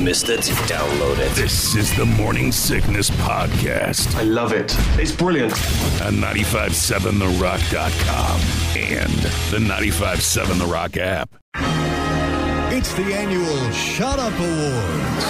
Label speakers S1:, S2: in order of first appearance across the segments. S1: missed it, download it.
S2: This is the Morning Sickness Podcast
S3: I love it. It's brilliant.
S2: on 957therock.com and the 957 The Rock app.
S4: It's the annual Shut Up Awards.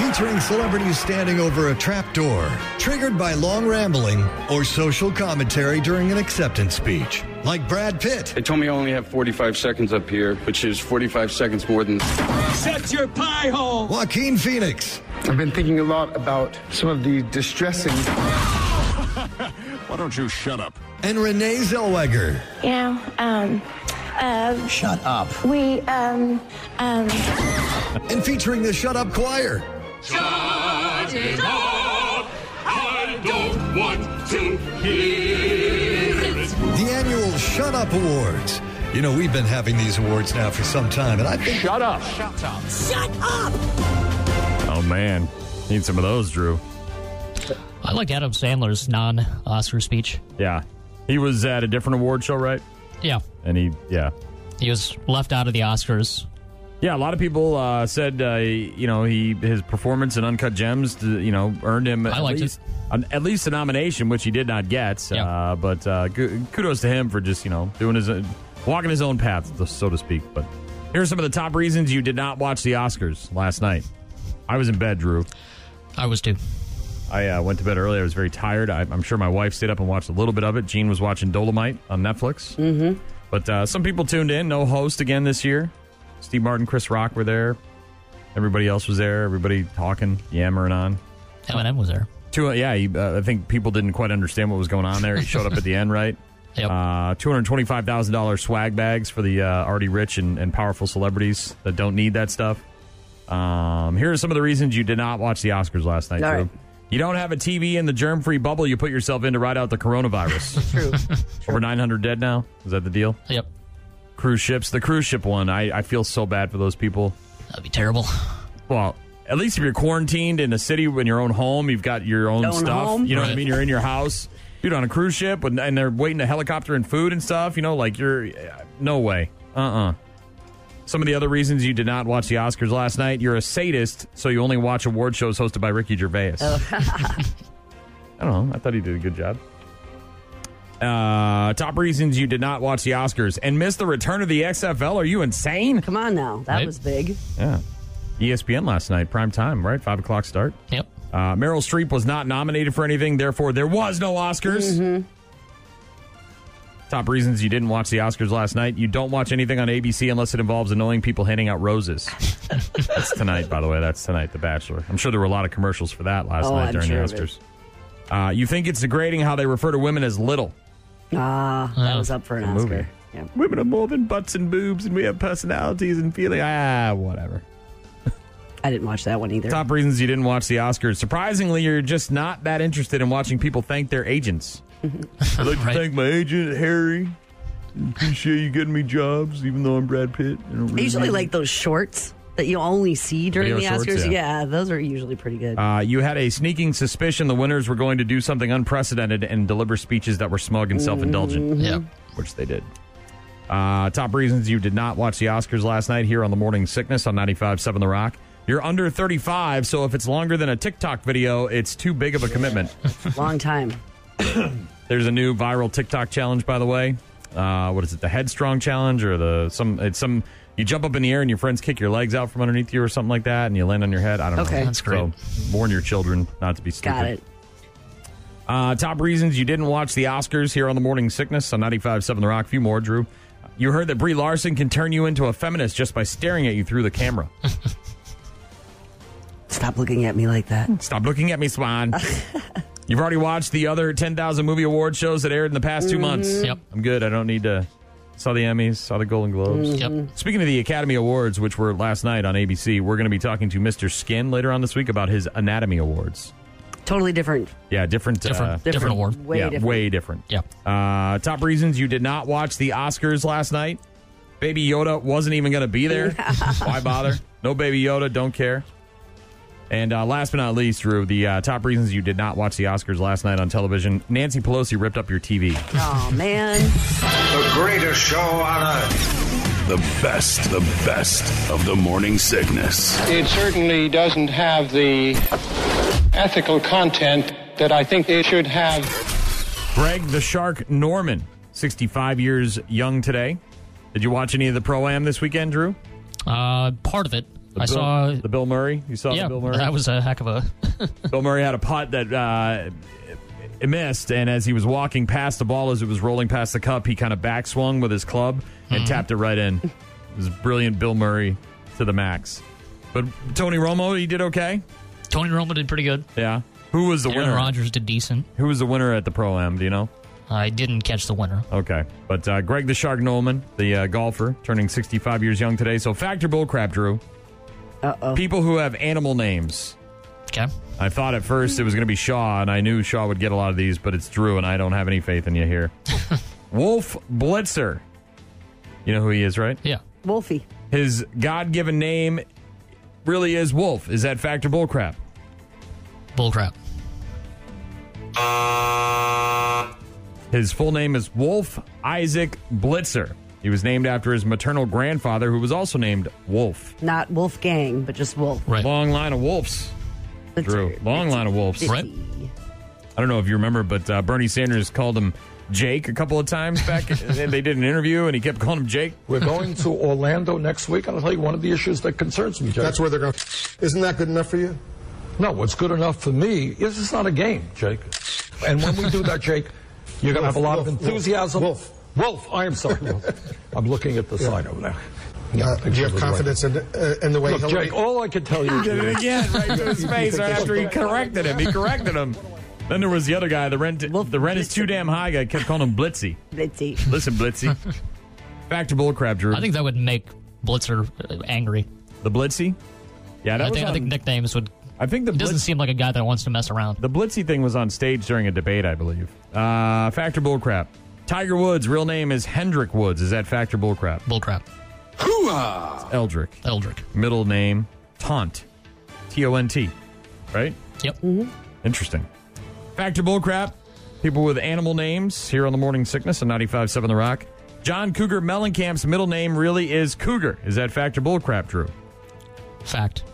S4: Featuring celebrities standing over a trapdoor, triggered by long rambling or social commentary during an acceptance speech. Like Brad Pitt,
S5: They told me I only have 45 seconds up here, which is 45 seconds more than.
S6: Shut your pie hole!
S4: Joaquin Phoenix,
S7: I've been thinking a lot about some of the distressing.
S2: Why don't you shut up?
S4: and Renee Zellweger.
S8: You know, um, uh,
S9: Shut up.
S8: we, um, um,
S4: And featuring the Shut Up Choir. The annual Shut Up Awards. You know, we've been having these awards now for some time, and I think
S7: Shut up.
S10: Oh man, need some of those, Drew.
S9: I liked Adam Sandler's non Oscar speech.
S10: Yeah, he was at a different award show, right?
S9: Yeah.
S10: And he, yeah,
S9: He was left out of the Oscars.
S10: yeah. A lot of people uh, said, uh, you know, he his performance in Uncut Gems, uh, you know, earned him
S9: I
S10: at
S9: liked it.
S10: least an, at least a nomination, which he did not get.
S9: Yeah.
S10: Uh, but uh, gu- kudos to him for just you know doing his uh, walking his own path, so to speak. But here are some of the top reasons you did not watch the Oscars last night. I was in bed, Drew.
S9: I was too.
S10: I uh, went to bed early. I was very tired. I, I'm sure my wife stayed up and watched a little bit of it. Gene was watching Dolomite on Netflix. Mm-hmm. But uh, some people tuned in. No host again this year. Steve Martin, Chris Rock were there. Everybody else was there. Everybody talking, yammering on.
S9: Eminem was there.
S10: Two, yeah, he, uh, I think people didn't quite understand what was going on there. He showed up at the end, right?
S9: Yep.
S10: Uh, Two hundred twenty-five thousand dollars swag bags for the uh, already rich and, and powerful celebrities that don't need that stuff. Um, here are some of the reasons you did not watch the Oscars last night.
S11: All
S10: Drew.
S11: right.
S10: You don't have a TV in the germ-free bubble you put yourself in to ride out the coronavirus.
S11: True.
S10: Over nine hundred dead now. Is that the deal?
S9: yep.
S10: Cruise ships. The cruise ship one. I, I feel so bad for those people.
S9: That'd be terrible.
S10: Well, at least if you're quarantined in a city in your own home, you've got your own
S11: Own
S10: stuff.
S11: home.
S10: You know what I
S9: Right.
S10: mean? You're in your house. Dude, on a cruise ship, and and they're waiting a helicopter and food and stuff. You know, like you're no way. Uh uh Some of the other reasons you did not watch the Oscars last night: you're a sadist, so you only watch award shows hosted by Ricky Gervais.
S11: Oh.
S10: I don't know. I thought he did a good job. Uh, top reasons you did not watch the Oscars and missed the return of the XFL. Are you insane?
S11: Come on now. That
S9: Right.
S11: was big.
S10: Yeah. ESPN last night, prime time, right? Five o'clock start.
S9: Yep.
S10: Uh, Meryl Streep was not nominated for anything, therefore, there was no Oscars.
S11: Mm-hmm.
S10: Top reasons you didn't watch the Oscars last night. You don't watch anything on ABC unless it involves annoying people handing out roses. That's tonight, by the way. That's tonight, The Bachelor. I'm sure there were a lot of commercials for that last
S11: Oh,
S10: night
S11: I'm
S10: during
S11: sure of
S10: the
S11: it.
S10: Oscars. Uh, you think it's degrading how they refer to women as little.
S11: Ah, that was up for an
S10: The
S11: Oscar.
S10: movie.
S11: Yeah.
S10: Women are more than butts and boobs, and we have personalities and feeling. Ah, whatever.
S11: I didn't watch that one either.
S10: Top reasons you didn't watch the Oscars. Surprisingly, you're just not that interested in watching people thank their agents. I'd like
S9: Right.
S10: thank my agent, Harry. Appreciate you getting me jobs, even though I'm Brad Pitt. I don't
S11: I
S10: really
S11: usually
S10: need
S11: like those shorts that you only see during
S10: Video
S11: the
S10: shorts,
S11: Oscars.
S10: yeah.
S11: yeah. those are usually pretty good.
S10: it. Uh, you had a sneaking suspicion the winners were going to do something unprecedented and deliver speeches that were smug and self indulgent,
S11: Mm-hmm.
S9: Yep.
S10: which they did. Uh, top reasons you did not watch the Oscars last night here on The Morning Sickness on 95.7 The Rock. You're under 35, so if it's longer than a TikTok video, it's too big of a commitment.
S11: Long time.
S10: There's a new viral TikTok challenge, by the way. Uh, what is it? The headstrong challenge, or the some? It's some. You jump up in the air and your friends kick your legs out from underneath you, or something like that, and you land on your head. I don't know.
S11: Okay. That's
S10: So, warn your children not to be stupid.
S11: Got it.
S10: Uh, top reasons you didn't watch the Oscars here on the Morning Sickness on 95.7 The Rock. A few more, Drew. You heard that Brie Larson can turn you into a feminist just by staring at you through the camera.
S11: Stop looking at me like that.
S10: Stop looking at me, Swan. You've already watched the other 10,000 movie award shows that aired in the past 2
S11: Mm-hmm.
S10: months.
S9: Yep.
S10: I'm good. I don't need to. Saw the Emmys, saw the Golden
S11: Mm.
S10: Globes.
S11: Mm-hmm.
S9: Yep.
S10: Speaking of the Academy Awards, which were last night on ABC, we're going to be talking to Mr. Skin later on this week about his Anatomy Awards.
S11: Totally different.
S10: Yeah, different.
S9: Different.
S10: uh,
S9: Different award.
S11: Way
S10: yeah,
S11: different.
S10: way different.
S9: Yep.
S10: Uh, top reasons you did not watch the Oscars last night. Baby Yoda wasn't even going to be there. Why bother? No Baby Yoda, don't care. And uh, last but not least, Drew, the uh, top reasons you did not watch the Oscars last night on television. Nancy Pelosi ripped up your TV.
S11: Oh, man.
S3: The greatest show on earth.
S2: The best, the best of the morning sickness.
S1: It certainly doesn't have the ethical content that I think it should have.
S10: Greg the Shark Norman, 65 years young today. Did you watch any of the pro am this weekend, Drew?
S9: Uh, part of it.
S10: The
S9: I
S10: Bill-
S9: saw.
S10: the Bill Murray. You saw
S9: yeah,
S10: the Bill Murray.
S9: that was a heck of a.
S10: Bill Murray had a putt that uh, it missed, and as he was walking past the ball, as it was rolling past the cup, he kind of backswung with his club
S9: Mm-hmm.
S10: and tapped it right in. It was brilliant, Bill Murray to the max. But Tony Romo, he did okay.
S9: Tony Romo did pretty good.
S10: Yeah. Who was the
S9: Aaron
S10: winner?
S9: Rodgers did decent.
S10: Who was the winner at the pro am? Do you know?
S9: I didn't catch the winner.
S10: Okay, but uh, Greg the Shark Nolman, the uh, golfer, turning 65 years young today. So factor bullcrap, Drew. Uh-oh. People who have animal names.
S9: Okay.
S10: I thought at first it was going to be Shaw, and I knew Shaw would get a lot of these, but it's Drew, and I don't have any faith in you here. Wolf Blitzer. You know who he is, right?
S9: Yeah.
S11: Wolfie.
S10: His God given name really is Wolf. Is that fact or bullcrap?
S9: Bullcrap.
S10: His full name is Wolf Isaac Blitzer. He was named after his maternal grandfather, who was also named Wolf.
S11: Not Wolfgang, but just Wolf.
S9: Right.
S10: Long line of wolves.
S11: That's
S10: Drew,
S11: a-
S10: long
S11: that's
S10: line of wolves.
S11: bitchy.
S9: Right.
S10: I don't know if you remember, but uh, Bernie Sanders called him Jake a couple of times back. and they did an interview, and he kept calling him Jake.
S12: We're going to Orlando next week, and I'll tell you one of the issues that concerns me, Jake.
S13: That's where they're going. Isn't that good enough for you?
S12: no, what's good enough for me is it's not a game, Jake. And when we do that, Jake, you're going to have a lot of
S13: Wolf, wolf,
S12: enthusiasm.
S13: wolf.
S12: Wolf, I am sorry. Wolf. I'm looking at the sign over there. Yeah,
S13: Uh,
S12: I
S13: do
S12: think that
S13: you have
S12: was right.
S13: confidence in, uh, in the way
S12: Look,
S13: Hillary?
S12: Jake, all I can tell you
S10: Did
S12: Jake,
S10: it again, right to his face, right after he corrected him. He corrected him. Then there was the other guy. The rent, the rent is too damn high. Guy kept calling him Blitzy.
S11: Blitzy.
S10: Listen, Blitzy. Back to bullcrap, Drew.
S9: I think that would make Blitzer uh, angry.
S10: the Blitzy. Yeah, that
S9: I
S10: was.
S9: think, I
S10: on-
S9: think nicknames would.
S10: I think the
S9: He doesn't
S10: Blitz,
S9: seem like a guy that wants to mess around.
S10: the Blitzy thing was on stage during a debate, I believe. Uh, fact or bullcrap? Tiger Woods' real name is Hendrick Woods. Is that fact or bullcrap?
S9: Bullcrap.
S10: Eldrick.
S9: Eldrick.
S10: middle name Taunt. T O N T. Right?
S9: Yep.
S11: Mm-hmm.
S10: Interesting. Fact or bullcrap? People with animal names here on the Morning Sickness on 95.7 The Rock. John Cougar Mellencamp's middle name really is Cougar. Is that fact or bullcrap, Drew?
S9: Fact.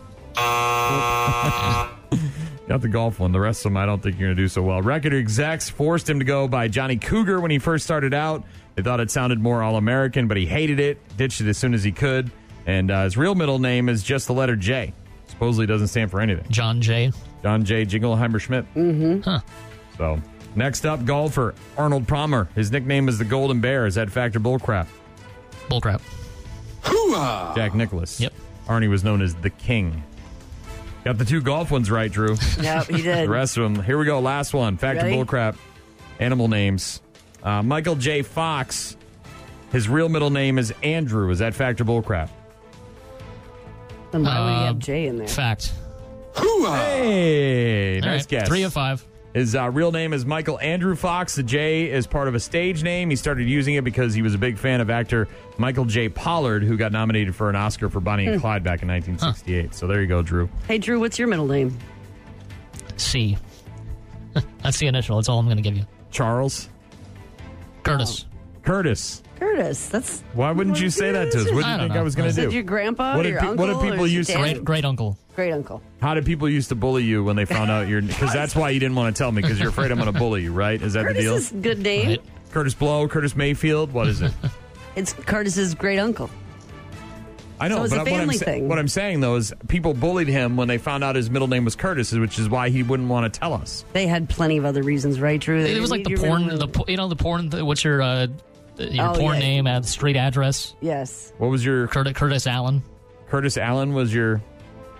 S10: Not the golf one. The rest of them I don't think you're going to do so well. Record execs forced him to go by Johnny Cougar when he first started out. They thought it sounded more all American, but he hated it, ditched it as soon as he could. And uh, his real middle name is just the letter J. Supposedly doesn't stand for anything.
S9: John Jay.
S10: John J. Jingleheimer Schmidt. Mm-hmm. So next up, golfer Arnold Palmer. His nickname is the Golden Bear. Is that fact or bullcrap?
S9: Bullcrap.
S10: Jack Nicholas.
S9: Yep.
S10: Arnie was known as the King. Got the two golf ones right, Drew.
S11: Yep, he
S10: the
S11: did.
S10: rest of them. Here we go. Last one. Fact
S11: Ready?
S10: or bullcrap? Animal names. Uh, Michael J. Fox. His real middle name is Andrew. Is that fact or bullcrap?
S11: Then why would he have
S9: Um,
S11: Jay in there?
S9: Fact.
S10: Hey,
S9: All
S10: nice
S9: right.
S10: guess.
S9: Three of five.
S10: His uh, real name is Michael Andrew Fox. The J is part of a stage name. He started using it because he was a big fan of actor Michael J. Pollard, who got nominated for an Oscar for Bonnie
S9: Hmm.
S10: and Clyde back in 1968. So there you go, Drew.
S11: Hey, Drew, what's your middle name?
S9: C. That's the initial. That's all I'm going to give you.
S10: Charles
S9: Curtis.
S10: Curtis.
S11: Curtis. That's.
S10: Why wouldn't you say that to us? What do
S9: I
S10: you
S9: don't
S10: think
S9: know.
S10: I was going
S9: Is
S10: to
S11: Did
S10: do?
S11: your grandpa
S10: What
S11: or
S10: did
S11: your
S10: pe-
S11: uncle?
S10: what did people
S11: or
S10: used to-
S11: your dad?
S9: Great, great uncle.
S11: Great uncle.
S10: How did people used to bully you when they found out your? Because that's why you didn't want to tell me because you're afraid I'm going to bully you, right? Is that the
S11: Curtis
S10: deal?
S11: is a good name.
S9: Right.
S10: Curtis Blow, Curtis Mayfield. What is it?
S11: It's Curtis's great uncle.
S10: I know,
S11: So it's
S10: but
S11: a
S10: I- what, I'm
S11: family
S10: sa-
S11: thing.
S10: what I'm saying though is people bullied him when they found out his middle name was Curtis, which is why he wouldn't want to tell us.
S11: They had plenty of other reasons, right, Drew? They
S9: It was like
S11: didn't need
S9: the
S11: your
S9: porn,
S11: middle
S9: the
S11: name.
S9: po- you know the porn. The, what's your uh, your
S11: Oh,
S9: porn
S11: yeah.
S9: name? Uh, street address.
S11: Yes.
S10: What was your
S9: Curtis, Curtis Allen.
S10: Curtis Allen was your
S9: My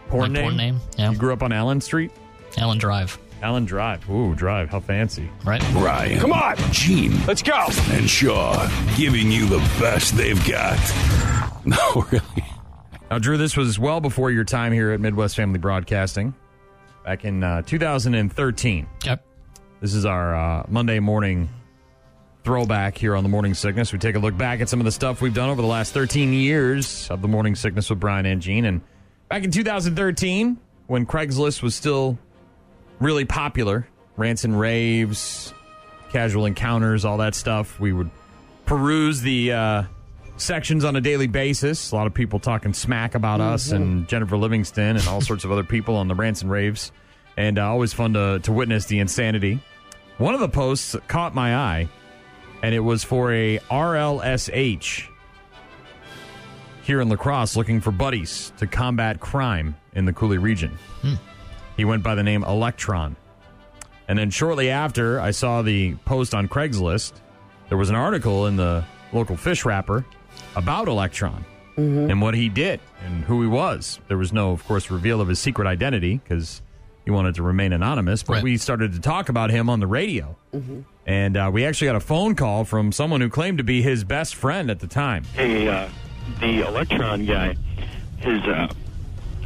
S10: porn name?
S9: porn name, yeah.
S10: You grew up on Allen Street,
S9: Allen Drive.
S10: Allen Drive. Ooh, Drive. How fancy.
S9: Right.
S2: Ryan. Come on. Gene. Let's go. And Shaw giving you the best they've got. No, really.
S10: Now, Drew, this was well before your time here at Midwest Family Broadcasting, back in uh, 2013.
S9: Yep.
S10: This is our uh, Monday morning throwback here on the Morning Sickness. We take a look back at some of the stuff we've done over the last 13 years of the Morning Sickness with Brian and Gene. And back in 2013, when Craigslist was still really popular, rants and raves, casual encounters, all that stuff, we would peruse the uh, sections on a daily basis. A lot of people talking smack about us and Jennifer Livingston and all sorts of other people on the rants and raves. And uh, always fun to, to witness the insanity. One of the posts caught my eye, and it was for a RLSH here in lacrosse looking for buddies to combat crime in the Cooley region. He went by the name Electron. And then shortly after, I saw the post on Craigslist. There was an article in the local fish wrapper about Electron and what he did and who he was. There was no, of course, reveal of his secret identity because he wanted to remain anonymous. But we started to talk about him on the radio.
S11: Mm-hmm.
S10: And uh, we actually got a phone call from someone who claimed to be his best friend at the time.
S14: Hey, uh, the Electron guy, his, uh,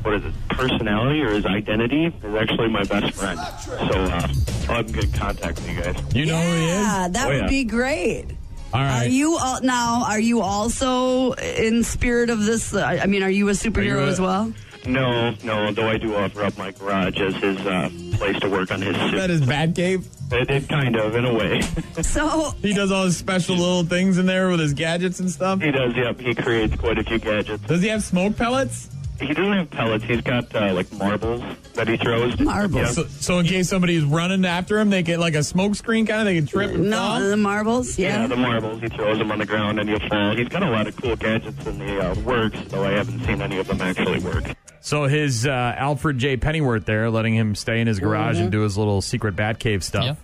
S14: what is it, personality or his identity is actually my best friend. So uh, I'll have him get in contact with you guys.
S10: You know who he Oh,
S11: Yeah, that would be great.
S10: All
S11: Are
S10: right.
S11: you all, now? Are you also in spirit of this? I I mean, are you a superhero as well?
S14: No, no, though I do offer up my garage as his uh, place to work on his suit.
S10: That is bad cave.
S14: It, it kind of, in a way.
S11: So
S10: he does all his special little things in there with his gadgets and stuff.
S14: He does, yep. He creates quite a few gadgets.
S10: Does he have smoke pellets?
S14: He doesn't have pellets. He's got uh, like marbles that he throws. Yeah.
S10: So, so in case somebody's running after him, they get like a smoke screen kind of. They can trip. And fall?
S11: the marbles.
S14: Yeah. the marbles. He throws them on the ground and he'll fall. He's got a lot of cool gadgets in the uh, works, though I haven't seen any of them actually work.
S10: So his uh, Alfred J. Pennyworth there, letting him stay in his garage
S11: Mm-hmm.
S10: and do his little secret Batcave stuff.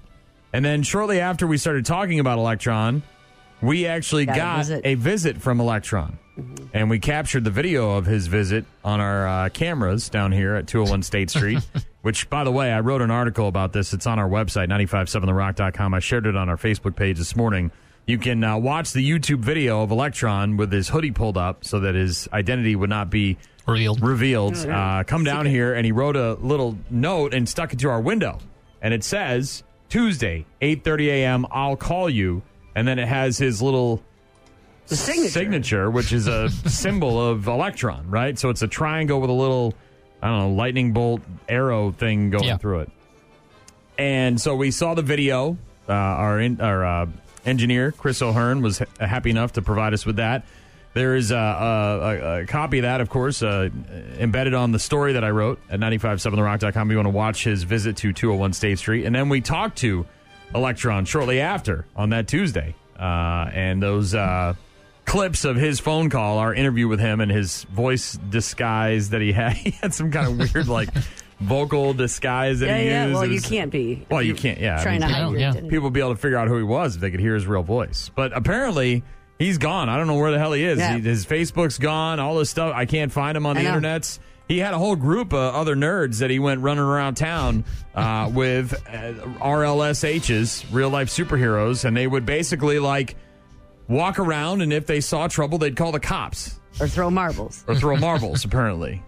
S10: And then shortly after we started talking about Electron, we actually
S15: Got a
S10: got
S15: visit. Mm-hmm.
S10: a visit from Electron. And we captured the video of his visit on our uh, cameras down here at 201 State Street, which, by the way, I wrote an article about this. It's on our website, 957therock.com. I shared it on our Facebook page this morning. You can uh, watch the YouTube video of Electron with his hoodie pulled up so that his identity would not be revealed. Revealed. Uh, come down here, and he wrote a little note and stuck it to our window. And it says, Tuesday, 8.30 a.m., I'll call you. And then it has his little signature. which is a symbol of electron, right? So it's a triangle with a little, I don't know, lightning bolt arrow thing going through it. And so we saw the video. Uh, our in, our uh, engineer Chris O'Hearn was ha- happy enough to provide us with that. There is a, a, a, a copy of that, of course, uh, embedded on the story that I wrote at 957therock.com. You want to watch his visit to 201 State Street. And then we talked to Electron shortly after on that Tuesday. Uh, and those uh, clips of his phone call, our interview with him, and his voice disguise that he had. He had some kind of weird, like, vocal disguise that
S11: yeah,
S10: he
S11: yeah.
S10: used.
S11: Well,
S10: It
S11: you
S10: was-
S11: can't be.
S10: well, you can't. Yeah,
S11: trying to hide your identity.
S10: People would be able to figure out who he was if they could hear his real voice. But apparently, he's gone. I don't know where the hell he is.
S11: Yeah.
S10: He- his Facebook's gone. All this stuff. I can't find him on
S11: I
S10: the
S11: know.
S10: internets. He had a whole group of other nerds that he went running around town uh, with uh, RLSHs, real life superheroes, and they would basically like walk around, and if they saw trouble, they'd call the cops
S11: or throw marbles
S10: or throw marbles. apparently,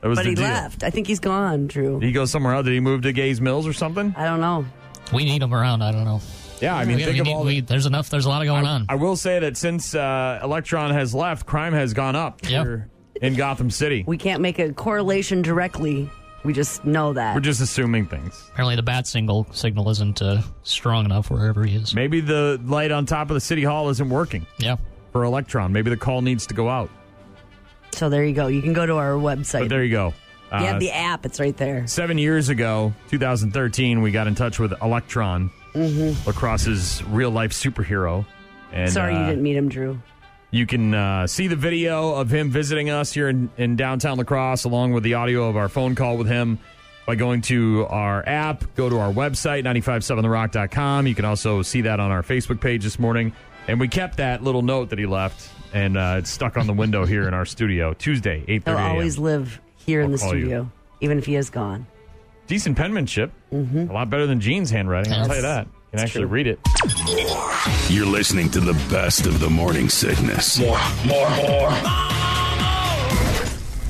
S10: that was
S11: but
S10: the
S11: he
S10: deal.
S11: left. I think he's gone, Drew.
S10: Did he go somewhere else? Did he move to Gays Mills or something?
S11: I don't know.
S9: We need him around. I don't know.
S10: Yeah, I mean,
S9: We-
S10: think
S9: we
S10: of
S9: need-
S10: all the-
S9: we- there's enough. There's a lot going on.
S10: I will say that since uh, Electron has left, crime has gone up here in Gotham City.
S11: We can't make a correlation directly. We just know that.
S10: We're just assuming things.
S9: Apparently, the bat single signal isn't uh, strong enough wherever he is.
S10: Maybe the light on top of the city hall isn't working.
S9: Yeah.
S10: For Electron, maybe the call needs to go out.
S11: so there you go. You can go to our website.
S10: But there you go.
S11: you
S10: Uh,
S11: have the app. It's right there.
S10: Seven years ago, 2013, we got in touch with Electron,
S11: Mm-hmm.
S10: lacrosse's real life superhero. And,
S11: Sorry you
S10: uh,
S11: didn't meet him, Drew.
S10: You can uh, see the video of him visiting us here in, in downtown lacrosse, along with the audio of our phone call with him by going to our app, go to our website, 957therock.com. You can also see that on our Facebook page this morning. And we kept that little note that he left, and uh, it's stuck on the window here in our studio Tuesday, 8
S11: He'll always live here in the
S10: call you.
S11: studio, even if he is gone. Mm-hmm.
S10: Decent penmanship. A lot better than Gene's handwriting, I'll tell you that. You can actually read it.
S2: You're listening to the best of the morning sickness. More, more, more.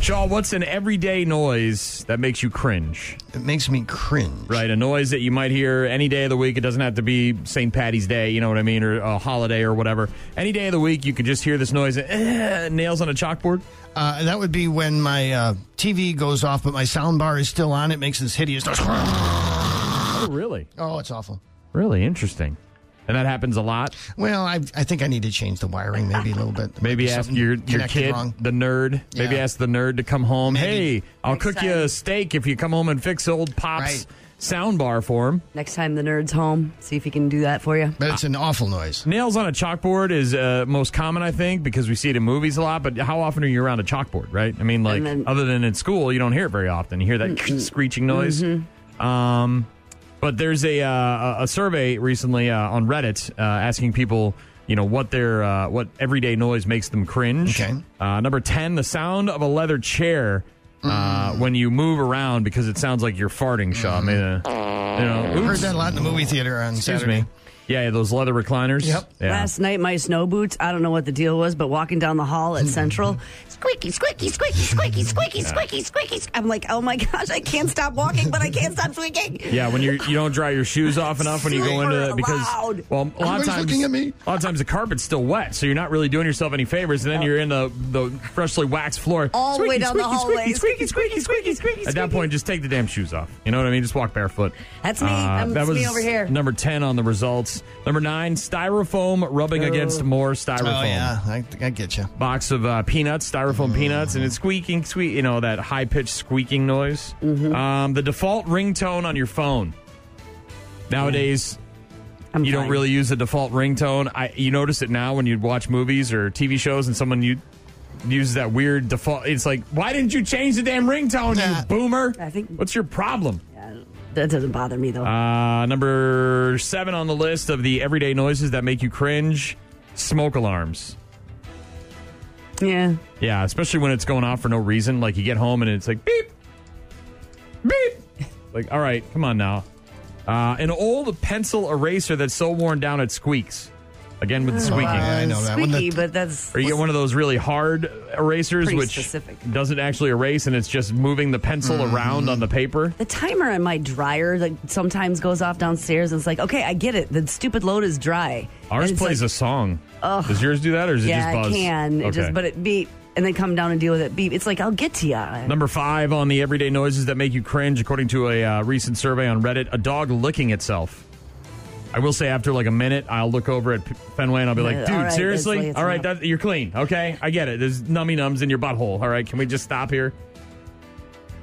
S10: Shaw, what's an everyday noise that makes you cringe?
S16: It makes me cringe.
S10: Right, a noise that you might hear any day of the week. It doesn't have to be St. Patty's Day, you know what I mean, or a holiday or whatever. Any day of the week, you could just hear this noise. eh, nails on a chalkboard.
S16: Uh, that would be when my uh, TV goes off, but my sound bar is still on. It makes this hideous.
S10: Oh, really?
S16: Oh, it's awful.
S10: Really interesting. And that happens a lot.
S16: Well, I, I think I need to change the wiring maybe a little bit. There might
S10: Maybe
S16: be
S10: ask
S16: something
S10: your your
S16: connected
S10: kid,
S16: wrong.
S10: the nerd. Maybe
S16: Yeah.
S10: ask the nerd to come home.
S16: Maybe.
S10: Hey, I'll cook you a steak if you come home and fix old pops sound bar for him.
S11: Next time the nerd's home, see if he can do that for you.
S16: But it's an awful noise.
S10: Nails on a chalkboard is uh, most common, I think, because we see it in movies a lot. But how often are you around a chalkboard, right? I mean, like
S11: And then-
S10: other than in school, you don't hear it very often. You hear that screeching noise.
S11: Mm-hmm.
S10: Um, but there's a uh, a- a survey recently uh, on Reddit uh, asking people, you know, what their uh, what everyday noise makes them cringe. Okay. Uh, number ten, the sound of a leather chair. Uh, when you move around because it sounds like you're farting, Shaw. Maybe, uh, you know,
S16: I heard
S10: oops.
S16: that a lot in the movie theater on
S10: Excuse
S16: Saturday.
S10: me. Yeah, yeah, those leather recliners. Yep.
S11: Last night, my snow boots, I don't know what the deal was, but walking down the hall at Central, squeaky, squeaky, squeaky, squeaky, squeaky,
S10: Yeah.
S11: squeaky, squeaky. squ- I'm like, oh my gosh, I can't stop walking, but I can't stop squeaking.
S10: Yeah, when you you don't dry your shoes off enough when you go into that because well a lot of
S11: Everybody's
S10: times
S11: looking at me.
S10: a lot of times the carpet's still wet, so you're not really doing yourself any favors, and then you're in the the freshly waxed floor.
S11: All the way
S10: Squeaky,
S11: down the
S10: squeaky,
S11: hallway.
S10: squeaky, squeaky.
S11: Squeaky, squeaky, squeaky, squeaky,
S10: At that point, just take the damn shoes off. You know what I mean? Just walk barefoot. Uh,
S11: That's me. Um,
S10: that
S11: it's
S10: was
S11: me over here.
S10: Number ten on the results. Number nine, styrofoam rubbing
S16: Oh.
S10: against more styrofoam.
S16: Oh, yeah. I, I get you.
S10: Box of uh, peanuts, styrofoam peanuts, and it's squeaking, squeak. You know that high pitched squeaking noise. Um, the default ringtone on your phone nowadays. you don't
S11: fine.
S10: really use the default ringtone. I you notice it now when you watch movies or TV shows and someone you uses that weird default. It's like, why didn't you change the damn ringtone,
S11: Uh,
S10: you boomer? I think. What's your problem?
S11: That doesn't bother me, though.
S10: Uh, number seven on the list of the everyday noises that make you cringe: smoke alarms.
S11: yeah.
S10: Yeah, especially when it's going off for no reason. Like you get home and it's like beep, beep. Like, all right, come on now. Uh, an old pencil eraser that's so worn down it squeaks. Again
S11: Oh,
S10: with the squeaking.
S11: Squeaky, but that's.
S10: Or you get one of those really hard erasers,
S11: Pretty
S10: which
S11: specific.
S10: doesn't actually erase, and it's just moving the pencil around on the paper.
S11: The timer on my dryer like sometimes goes off downstairs, and it's like, okay, I get it. The stupid load is dry.
S10: Ours
S11: And it's
S10: plays
S11: like,
S10: a song.
S11: Ugh.
S10: Does yours do that, or is it
S11: yeah,
S10: just buzz?
S11: I can. It just, but it beep, and then come down and deal with it. Beep. It's like I'll get to ya.
S10: Number five on the everyday noises that make you cringe, according to a uh, recent survey on Reddit, a dog licking itself. I will say, after like a minute, I'll look over at P- Fenway and I'll be
S11: Uh,
S10: like, dude,
S11: all right,
S10: seriously?
S11: Leslie, it's
S10: all right,
S11: enough."
S10: that, you're clean. Okay, I get it. There's nummy nums in your butthole. All right, can we just stop here?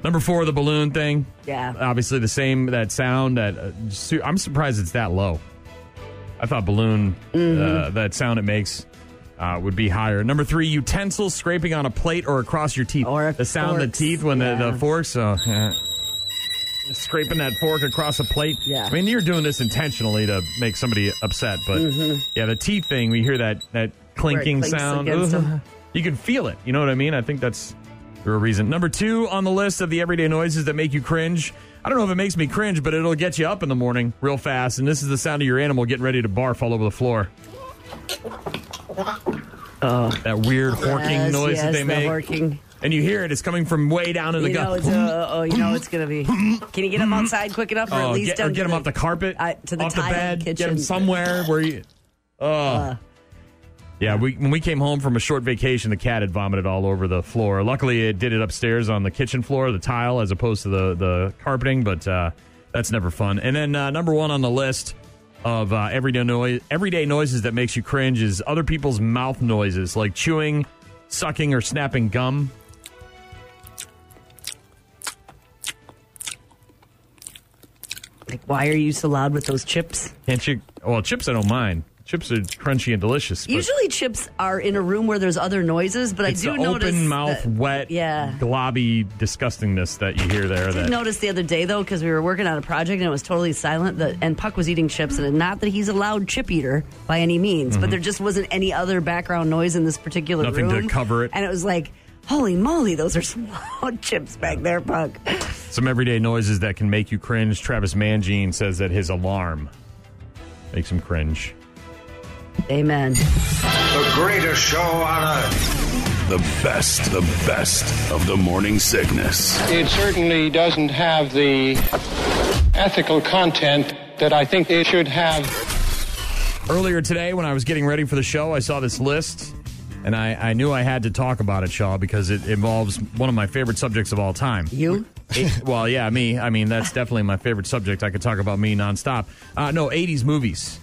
S10: Number four, the balloon thing.
S11: Yeah.
S10: Obviously, the same, that sound. That uh, su- I'm surprised it's that low. I thought balloon,
S11: Mm-hmm.
S10: uh, that sound it makes. Uh, would be higher. Number three, utensils scraping on a plate or across your teeth. Or the sound of the
S11: forks,
S10: teeth when the,
S11: yeah.
S10: the forks. Uh, yeah. Scraping that fork across a plate.
S11: Yeah.
S10: I mean, you're doing this intentionally to make somebody upset, but
S11: Mhm.
S10: yeah, the teeth thing, we hear that, that clinking
S11: clinks
S10: sound.
S11: against
S10: Ugh.
S11: them.
S10: You can feel it. You know what I mean? I think that's the real reason. Number two on the list of the everyday noises that make you cringe. I don't know if it makes me cringe, but it'll get you up in the morning real fast. And this is the sound of your animal getting ready to barf all over the floor. that weird horking
S11: Yes,
S10: noise
S11: yes,
S10: that they
S11: the
S10: make.
S11: horking.
S10: And you hear it. It's coming from way down in the
S11: You know,
S10: gut.
S11: it's, uh, oh, you know it's gonna be. Can you get them outside quick enough, or
S10: Oh,
S11: at least
S10: get, or
S11: down
S10: get
S11: to
S10: them off the carpet,
S11: uh, to the
S10: off the
S11: tiled
S10: bed, get
S11: kitchen. Uh,
S10: them somewhere where you. Oh. yeah, we when we came home from a short vacation, the cat had vomited all over the floor. Luckily, it did it upstairs on the kitchen floor, the tile, as opposed to the the carpeting. But uh, that's never fun. And then uh, number one on the list of uh, everyday noise, everyday noises that makes you cringe is other people's mouth noises, like chewing, sucking, or snapping gum.
S11: Like, why are you so loud with those chips?
S10: Can't you? Well, chips I don't mind. Chips are crunchy and delicious. but-
S11: Usually, chips are in a room where there's other noises, but
S10: it's
S11: I do
S10: the
S11: notice
S10: open mouth,
S11: that-
S10: wet,
S11: yeah.
S10: globby disgustingness that you hear there.
S11: I did
S10: That
S11: notice the other day though because we were working on a project and it was totally silent. That and Puck was eating chips, and not that he's a loud chip eater by any means, but
S10: Mhm.
S11: there just wasn't any other background noise in this particular
S10: Nothing to
S11: room.
S10: cover it.
S11: and it was like, holy moly, those are some loud chips back there, Puck.
S10: some everyday noises that can make you cringe. Travis Mangine says that his alarm makes him cringe.
S11: Amen.
S2: The greatest show on earth. The best, the best of the morning sickness.
S1: It certainly doesn't have the ethical content that I think it should have.
S10: Earlier today, when I was getting ready for the show, I saw this list, and I, I knew I had to talk about it, Shaw, because it involves one of my favorite subjects of all time.
S11: You?
S10: well, yeah, me. I mean, that's definitely my favorite subject. I could talk about me nonstop. Uh, no, 80s movies.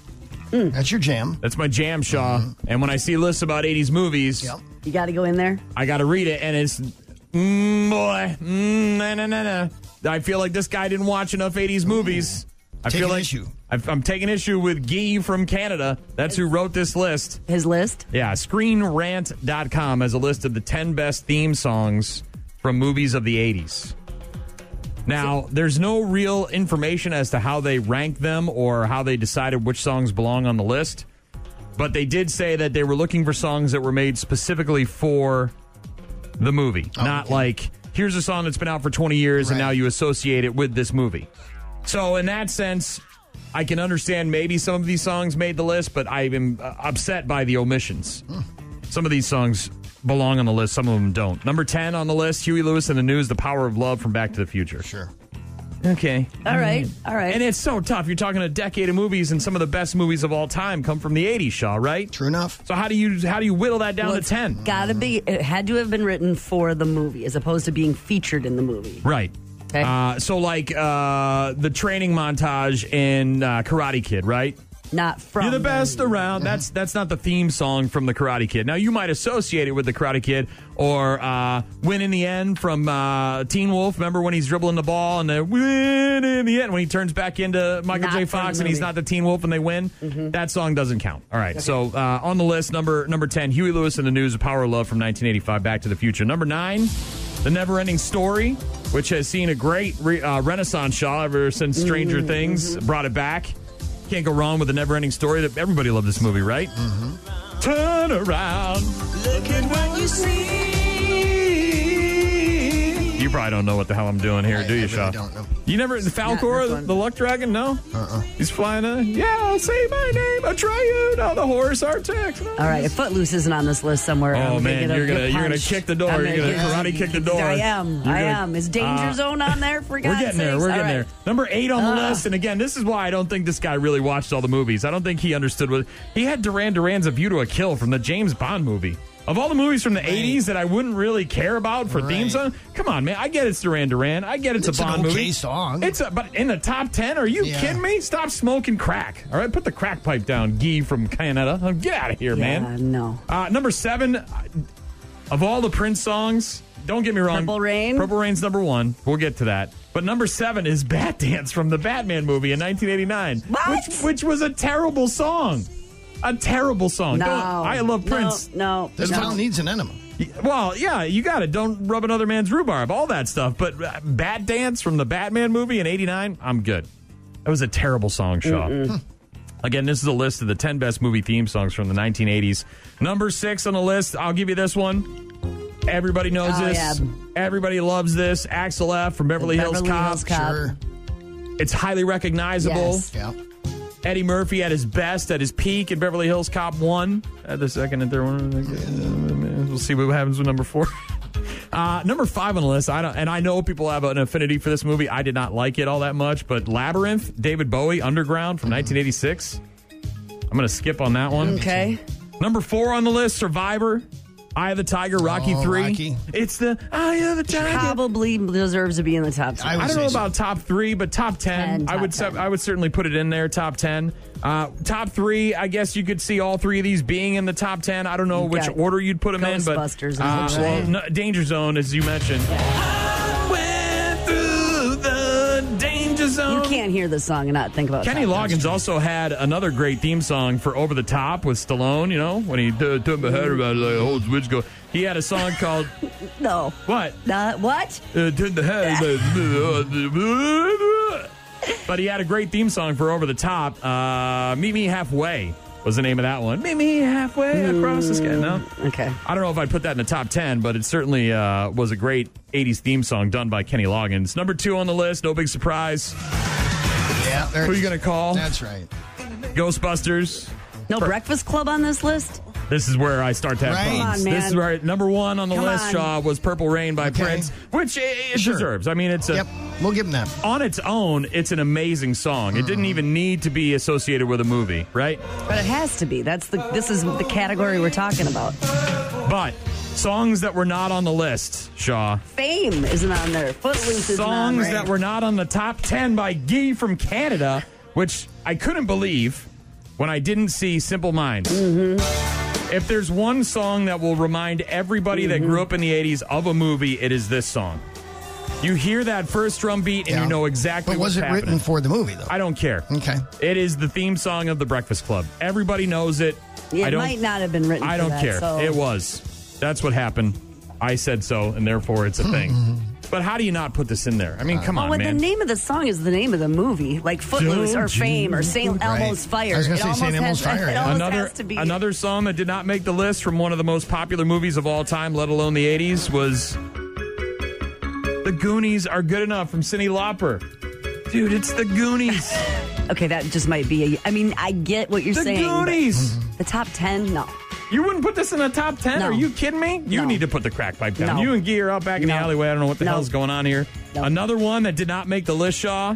S16: That's your jam.
S10: That's my jam, Shaw. And when I see lists about 80s movies,
S11: You got to go in there.
S10: I got to read it, and it's mm, boy, mm, na na na na. I feel like this guy didn't watch enough '80s movies. I
S16: Taking
S10: feel like
S16: issue.
S10: I've, I'm taking issue with Guy from Canada. That's who wrote this list.
S11: His list?
S10: Yeah, ScreenRant.com has a list of the 10 best theme songs from movies of the 80s. Now, there's no real information as to how they ranked them or how they decided which songs belong on the list, but they did say that they were looking for songs that were made specifically for the movie, not like here's a song that's been out for 20 years and now you associate it with this movie. So, in that sense, I can understand maybe some of these songs made the list, but I am uh, upset by the omissions. Some of these songs belong on the list, some of them don't. Number 10 on the list Huey Lewis and the News, The Power of Love from Back to the Future. Sure. Okay.
S11: All right. All right.
S10: And it's so tough. You're talking a decade of movies, and some of the best movies of all time come from the '80s, Shaw. Right? True enough. So how do you how do you whittle that down
S11: Well,
S10: to
S11: it's
S10: ten?
S11: Gotta be. It had to have been written for the movie, as opposed to being featured in the movie.
S10: Right.
S11: Okay.
S10: Uh, so like uh, the training montage in uh, Karate Kid, right?
S11: Not from. Uh-huh.
S10: You're the best around. That's that's not the theme song from the Karate Kid. Now you might associate it with the Karate Kid or uh, "Win in the End" from uh, Teen Wolf. Remember when he's dribbling the ball and the "Win in the End" when he turns back into Michael
S11: Not from
S10: J.
S11: the
S10: Fox and
S11: movie.
S10: he's
S11: Mm-hmm.
S10: not the Teen Wolf and they win. That song doesn't count. All right. So uh, on the list, number number ten, Huey Lewis and the News: The Power of Love from 1985, Back to the Future. Number nine, The Never Ending Story, which has seen a great re- uh, renaissance, Shaw, ever since Stranger
S11: Mm-hmm.
S15: Mhm,
S10: Things brought it back. Can't go wrong with the never ending story. That everybody loved this movie, right? Mm-hmm. Turn around.
S15: Look at what you see.
S10: You probably don't know what the hell I'm doing here, do you, Shaw? don't know. You never the Falcor, the, the Luck Dragon? No. Uh-uh. He's flying. A, yeah, say my name, Atreyu. No, the horse Artax. No.
S11: All right. If Footloose isn't on this list somewhere. I'm
S10: Oh
S11: gonna
S10: man,
S11: get a-
S10: you're gonna
S11: get
S10: you're gonna
S11: punched.
S10: kick the door.
S11: I'm
S10: you're gonna
S11: get-
S10: karate kick the door.
S11: I am.
S10: You're
S11: I
S10: gonna-
S11: am. Is Danger
S10: Uh,
S11: Zone on there? For
S10: We're
S11: God's
S10: getting there.
S11: sakes?
S10: We're
S11: All
S10: getting
S11: right.
S10: there. Number eight on the
S11: Ah.
S10: list, and again, this is why I don't think this guy really watched all the movies. I don't think he understood what he had. Duran Duran's "A View to a Kill" from the James Bond movie. Of all the movies from the '80s that I wouldn't really care about for theme song, come on, man. I get it's Duran Duran. I get it's,
S16: It's
S10: a
S16: an
S10: Bond
S16: okay
S10: movie song. It's a, but in the top ten, are you
S16: Yeah.
S10: kidding me? Stop smoking crack. All right, put the crack pipe down, Gee from Canada. Oh, Get out of here,
S11: Yeah,
S10: man.
S11: No.
S10: Uh, number seven, uh, of all the Prince songs, don't get me wrong. Purple Rain? Purple Rain's number one. We'll get to that. But number seven is Bat Dance from the Batman movie in 1989, Which, which was a terrible song. A terrible song.
S11: No.
S10: Don't- I love
S11: No,
S10: Prince.
S11: no, This no. town
S10: needs an enema. Well, yeah, you got it. Don't rub another man's rhubarb, all that stuff. But uh, Bat Dance from the Batman movie in 89, I'm good. That was a terrible song, Shaw. Again, this is a list of the 10 best movie theme songs from the 1980s. Number six on the list, I'll give you this one. Everybody knows
S11: Oh,
S10: this.
S11: yeah.
S10: Everybody loves this. Axel F. from Beverly,
S11: The
S10: Hills,
S11: Beverly
S10: Cop.
S11: Hills Cop. Sure.
S10: It's highly recognizable.
S11: Yes. Yeah.
S10: Eddie Murphy at his best, at his peak in Beverly Hills Cop 1. At the second and third one. We'll see what happens with number four. Uh, number five on the list, I don't, and I know people have an affinity for this movie. I did not like it all that much, but Labyrinth, David Bowie, Underground from 1986. I'm going to skip on that one.
S11: Okay.
S10: Number four on the list, Survivor, Eye of the Tiger, Rocky
S11: Oh,
S10: Three.
S11: Rocky.
S10: It's the Eye of the Tiger.
S11: Probably deserves to be in the top. Ten.
S10: I, don't know about top three, but top ten, I would se- I would certainly put it in there. Top ten, uh, top three. I guess you could see all three of these being in the top ten. I don't know
S11: You
S10: which
S11: got
S10: order you'd put them in, but
S11: Ghostbusters in
S10: uh,
S11: there,
S10: well,
S11: right?
S10: no, Danger Zone, as you mentioned. Danger Zone.
S11: You can't hear this song and not think about
S10: Kenny
S11: Top Ten.
S10: Loggins also had another great theme song for Over the Top with Stallone. You know when he uh, turned my head around like old switch go. He had a song called
S11: No.
S10: What?
S11: Uh, what?
S10: Uh, turned the head. but he had a great theme song for Over the Top. Uh, Meet Me Halfway was the name of that one. Meet Me Halfway across the sky. No.
S11: Okay.
S10: I don't know if I'd put that in the top 10, but it certainly uh, was a great 80s theme song done by Kenny Loggins. Number two on the list, no big surprise.
S16: Yeah. there
S10: Who
S16: it is.
S10: you going to call?
S16: That's right.
S10: Ghostbusters.
S11: No Breakfast Club on this list.
S10: This is where I start to have
S11: Right. Come
S10: problems.
S11: on, man.
S10: This is where number one on the
S11: Come
S10: list,
S11: on.
S10: Shaw, was "Purple Rain" by Prince, which it, it deserves. I mean, it's a
S16: We'll give him that.
S10: on its own. It's an amazing song. It didn't even need to be associated with a movie, right?
S11: But it has to be. That's the. This is the category we're talking about.
S10: But songs that were not on the list, Shaw.
S11: Fame isn't on there. Footloose isn't on
S10: Songs
S11: there.
S10: that were not on the top ten by Gee from Canada, which I couldn't believe. when I didn't see Simple Minds.
S11: Mm-hmm.
S10: If there's one song that will remind everybody that grew up in the 80s of a movie, it is this song. You hear that first drum beat and you know exactly
S16: But
S10: what's
S16: was it
S10: happening.
S16: written for the movie though?
S10: I don't care.
S16: Okay.
S10: It is the theme song of The Breakfast Club. Everybody knows it.
S11: It
S10: I don't,
S11: might not have been written.
S10: I
S11: for
S10: don't
S11: that,
S10: care.
S11: so-
S10: It was. That's what happened. I said so, and therefore it's a thing. but how do you not put this in there? I mean, come
S11: Oh, well,
S10: on,
S11: when
S10: man.
S11: the name of the song is the name of the movie, like Footloose
S10: Don't
S11: or Fame or
S10: you-
S11: St. Elmo's Fire. It almost has- It almost
S10: Another,
S11: has to be.
S10: another song that did not make the list from one of the most popular movies of all time, let alone the 80s, was The Goonies Are Good Enough from Cindy Lauper. Dude, it's The Goonies.
S11: okay, that just might be. A, I mean, I get what you're
S10: The
S11: saying. but
S10: Goonies.
S11: The top ten, no.
S10: You wouldn't put this in the top 10?
S11: No.
S10: Are you kidding me? You
S11: No.
S10: need to put the crack pipe down.
S11: No.
S10: You and Gee are out back in the
S11: No.
S10: alleyway. I don't know what the
S11: No.
S10: hell's going on here. Another one that did not make the list, Shaw.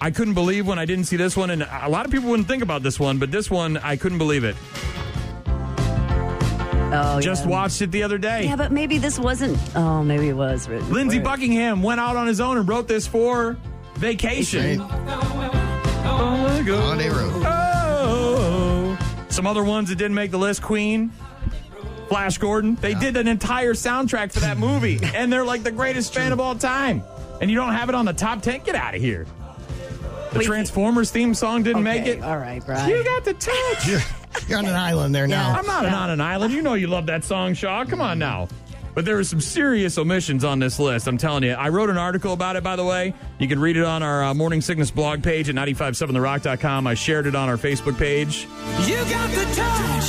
S10: I couldn't believe when I didn't see this one, and a lot of people wouldn't think about this one, but this one, I couldn't believe it.
S11: Oh,
S10: Just watched it the other day.
S11: Yeah, but maybe this wasn't. Oh, maybe it was written.
S10: Lindsey
S11: for it.
S10: Buckingham went out on his own and wrote this for Vacation.
S16: Holiday Road.
S10: Oh. Some other ones that didn't make the list Queen, Flash Gordon. They did an entire soundtrack for that movie, and they're like the greatest fan of all time. And you don't have it on the top 10? Get out of here. The Transformers theme song didn't make
S11: Okay,
S10: it.
S11: All right, Brian.
S10: You got the touch. You're,
S16: on an island there now.
S10: I'm not on an island. You know you love that song, Shaw. Come on now. But there are some serious omissions on this list. I'm telling you. I wrote an article about it, by the way. You can read it on our uh, Morning Sickness blog page at 957therock.com. I shared it on our Facebook page.
S15: You got the touch.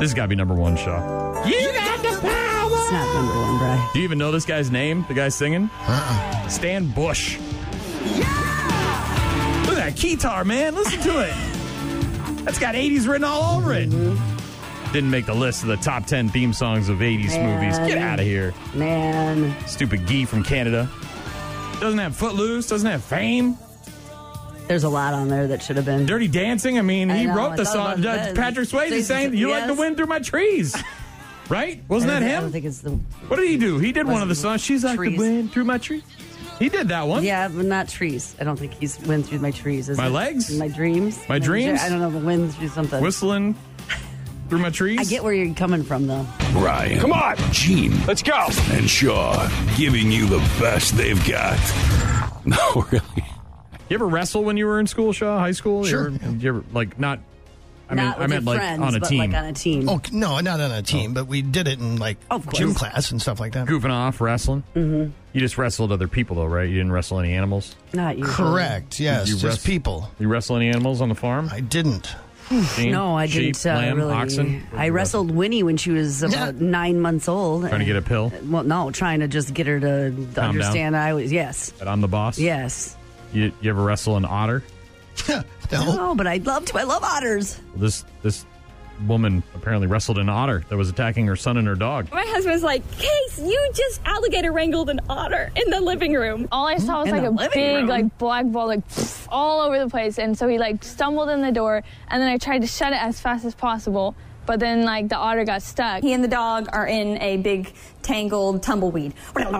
S10: This has got to be number one, Shaw.
S15: You got the power.
S11: It's not number one, Brian.
S10: Do you even know this guy's name? The guy singing? Uh-uh. Stan Bush. Look at that guitar, man. Listen to it. That's got 80s written all over it. Didn't make the list of the top 10 theme songs of 80s movies.
S11: Mm-hmm. Man.
S10: Get out of here.
S11: Man.
S10: Stupid Gee from Canada. Doesn't have Footloose, doesn't have Fame.
S11: There's a lot on there that should have been.
S10: Dirty Dancing, I mean,
S11: I
S10: he
S11: know,
S10: wrote
S11: I
S10: the
S11: thought
S10: song.
S11: about
S10: Uh,
S11: that.
S10: Patrick Swayze
S11: Swayze,
S10: saying, You like the
S11: yes.
S10: wind through my trees. right? Wasn't
S11: I
S10: that
S11: don't-
S10: him?
S11: I don't think it's the.
S10: What did he do? He did one of the songs. She's like
S11: Trees.
S10: the wind through my tree. He did that one.
S11: Yeah, but not trees. I don't think he's wind through my trees. Is
S10: My
S11: it?
S10: legs?
S11: My dreams.
S10: My dreams?
S11: I don't know. The wind through something.
S10: Whistling through my trees.
S11: I get where you're coming from, though.
S2: Ryan. Come on. Gene. Let's go. And Shaw giving you the best they've got. No, really.
S10: You ever wrestle when you were in school, Shaw? High school?
S16: Sure.
S10: You ever, you ever like not? I
S11: Not
S10: mean,
S11: with
S10: I meant
S11: your
S10: like
S11: friends,
S10: on a
S11: but,
S10: team,
S11: like, on a team.
S16: Oh c- no, not on a
S10: Oh.
S16: team, but we did it in like
S11: course.
S16: gym class and stuff like that.
S10: goofing off, wrestling. Mm-hmm. You just wrestled other people, though, right? You didn't wrestle any animals.
S11: Not you.
S16: Correct. Yes,
S10: you
S16: just
S10: wrest-
S16: people.
S10: You wrestle any animals on the farm?
S16: I didn't.
S10: Sheep,
S11: no, I didn't
S10: sheep,
S11: uh,
S10: lamb,
S11: really.
S10: oxen.
S11: I wrestled Winnie when she was about nine months old.
S10: Trying to get a pill.
S11: Well, no, trying to just get her to
S10: down.
S11: understand. I was yes,
S10: That I'm the boss.
S11: yes.
S10: You, you ever wrestle an otter? Oh,
S11: No, but I'd love to. I love otters.
S10: This this woman apparently wrestled an otter that was attacking her son and her dog.
S17: My husband's like, Case, you just alligator wrangled an otter in the living room. All I saw was
S11: In
S17: like
S11: the
S17: a
S11: living
S17: big,
S11: room?
S17: like, black ball, like, pff, all over the place. And so he, like, stumbled in the door, and then I tried to shut it as fast as possible. But then, like, the otter got stuck.
S18: He and the dog are in a big tangled tumbleweed,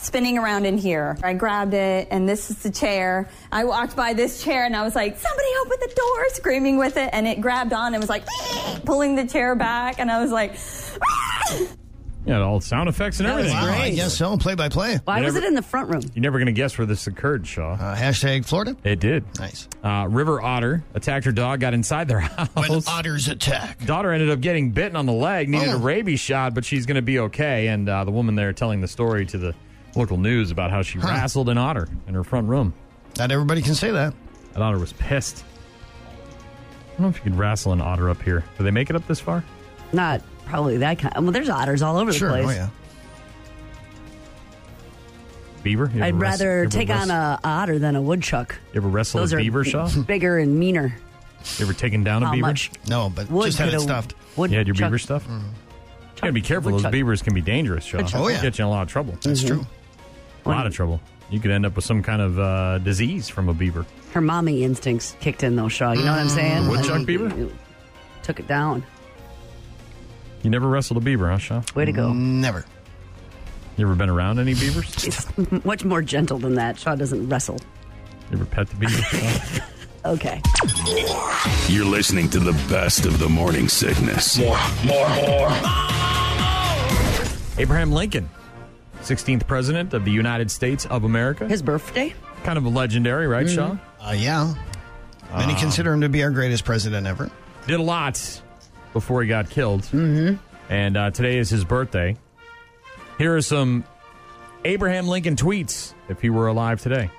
S18: spinning around in here. I grabbed it, and this is the chair. I walked by this chair, and I was like, "Somebody open the door!" Screaming with it, and it grabbed on and was like pulling the chair back, and I was like,
S10: Yeah, all the sound effects and everything.
S16: Wow, I guess so. Play by play.
S11: Why was it in the front room?
S10: You're never going to guess where this occurred, Shaw.
S16: Uh, hashtag Florida.
S10: It did.
S16: Nice.
S10: Uh, River Otter attacked her dog, got inside their house.
S16: When otters attack. Oh,
S10: Daughter ended up getting bitten on the leg,
S1: Oh.
S10: needed a rabies shot, but she's going to be okay. And uh, the woman there telling the story to the local news about how she wrestled an otter in her front room.
S16: Not everybody can say that.
S10: That otter was pissed. I don't know if you could wrestle an otter up here. Do they make it up this far?
S11: Not probably that kind. Well, there's otters all over
S10: Sure,
S11: the
S10: oh,
S11: place.
S10: yeah. Beaver? You ever
S11: I'd
S10: wrest- you
S11: rather
S10: ever
S11: take on
S10: wrest-
S11: a otter than a woodchuck.
S10: You ever wrestle
S11: Those
S10: a
S11: are
S10: beaver,
S11: b-
S10: Shaw?
S11: bigger and meaner.
S10: You ever taken down a
S11: How
S10: beaver?
S11: much?
S16: No, but
S11: Wood just had could it a- stuffed. wood
S10: you had your
S11: chuck-
S10: beaver stuffed? You gotta be careful. Those
S11: woodchuck.
S10: beavers can be dangerous, Sean.
S11: Woodchuck. Oh, yeah.
S10: Get you in a lot of trouble.
S11: That's Mhm. true.
S10: A lot of trouble. You could end up with some kind of uh, disease from a beaver. Mm.
S11: Her mommy instincts kicked in though, Shaw. You know what I'm saying?
S10: Woodchuck
S11: Like,
S10: beaver?
S11: you Took it down.
S10: You never wrestled a beaver, huh, Sean?
S11: Way to go.
S16: Never.
S10: You ever been around any beavers?
S11: It's much more gentle than that. Shaw doesn't wrestle.
S10: You ever pet the beaver? Shaw?
S11: Okay.
S2: You're listening to the best of the morning sickness. More, more, more.
S10: Abraham Lincoln, 16th president of the United States of America.
S11: His birthday? Mm-hmm.
S10: Kind of legendary, right, Sean?
S16: Uh, yeah. Many
S10: Uh,
S16: consider him to be our greatest president ever.
S10: Did a lot before he got killed. Mm-hmm. And uh, today is his birthday. Here are some Abraham Lincoln tweets if he were alive today.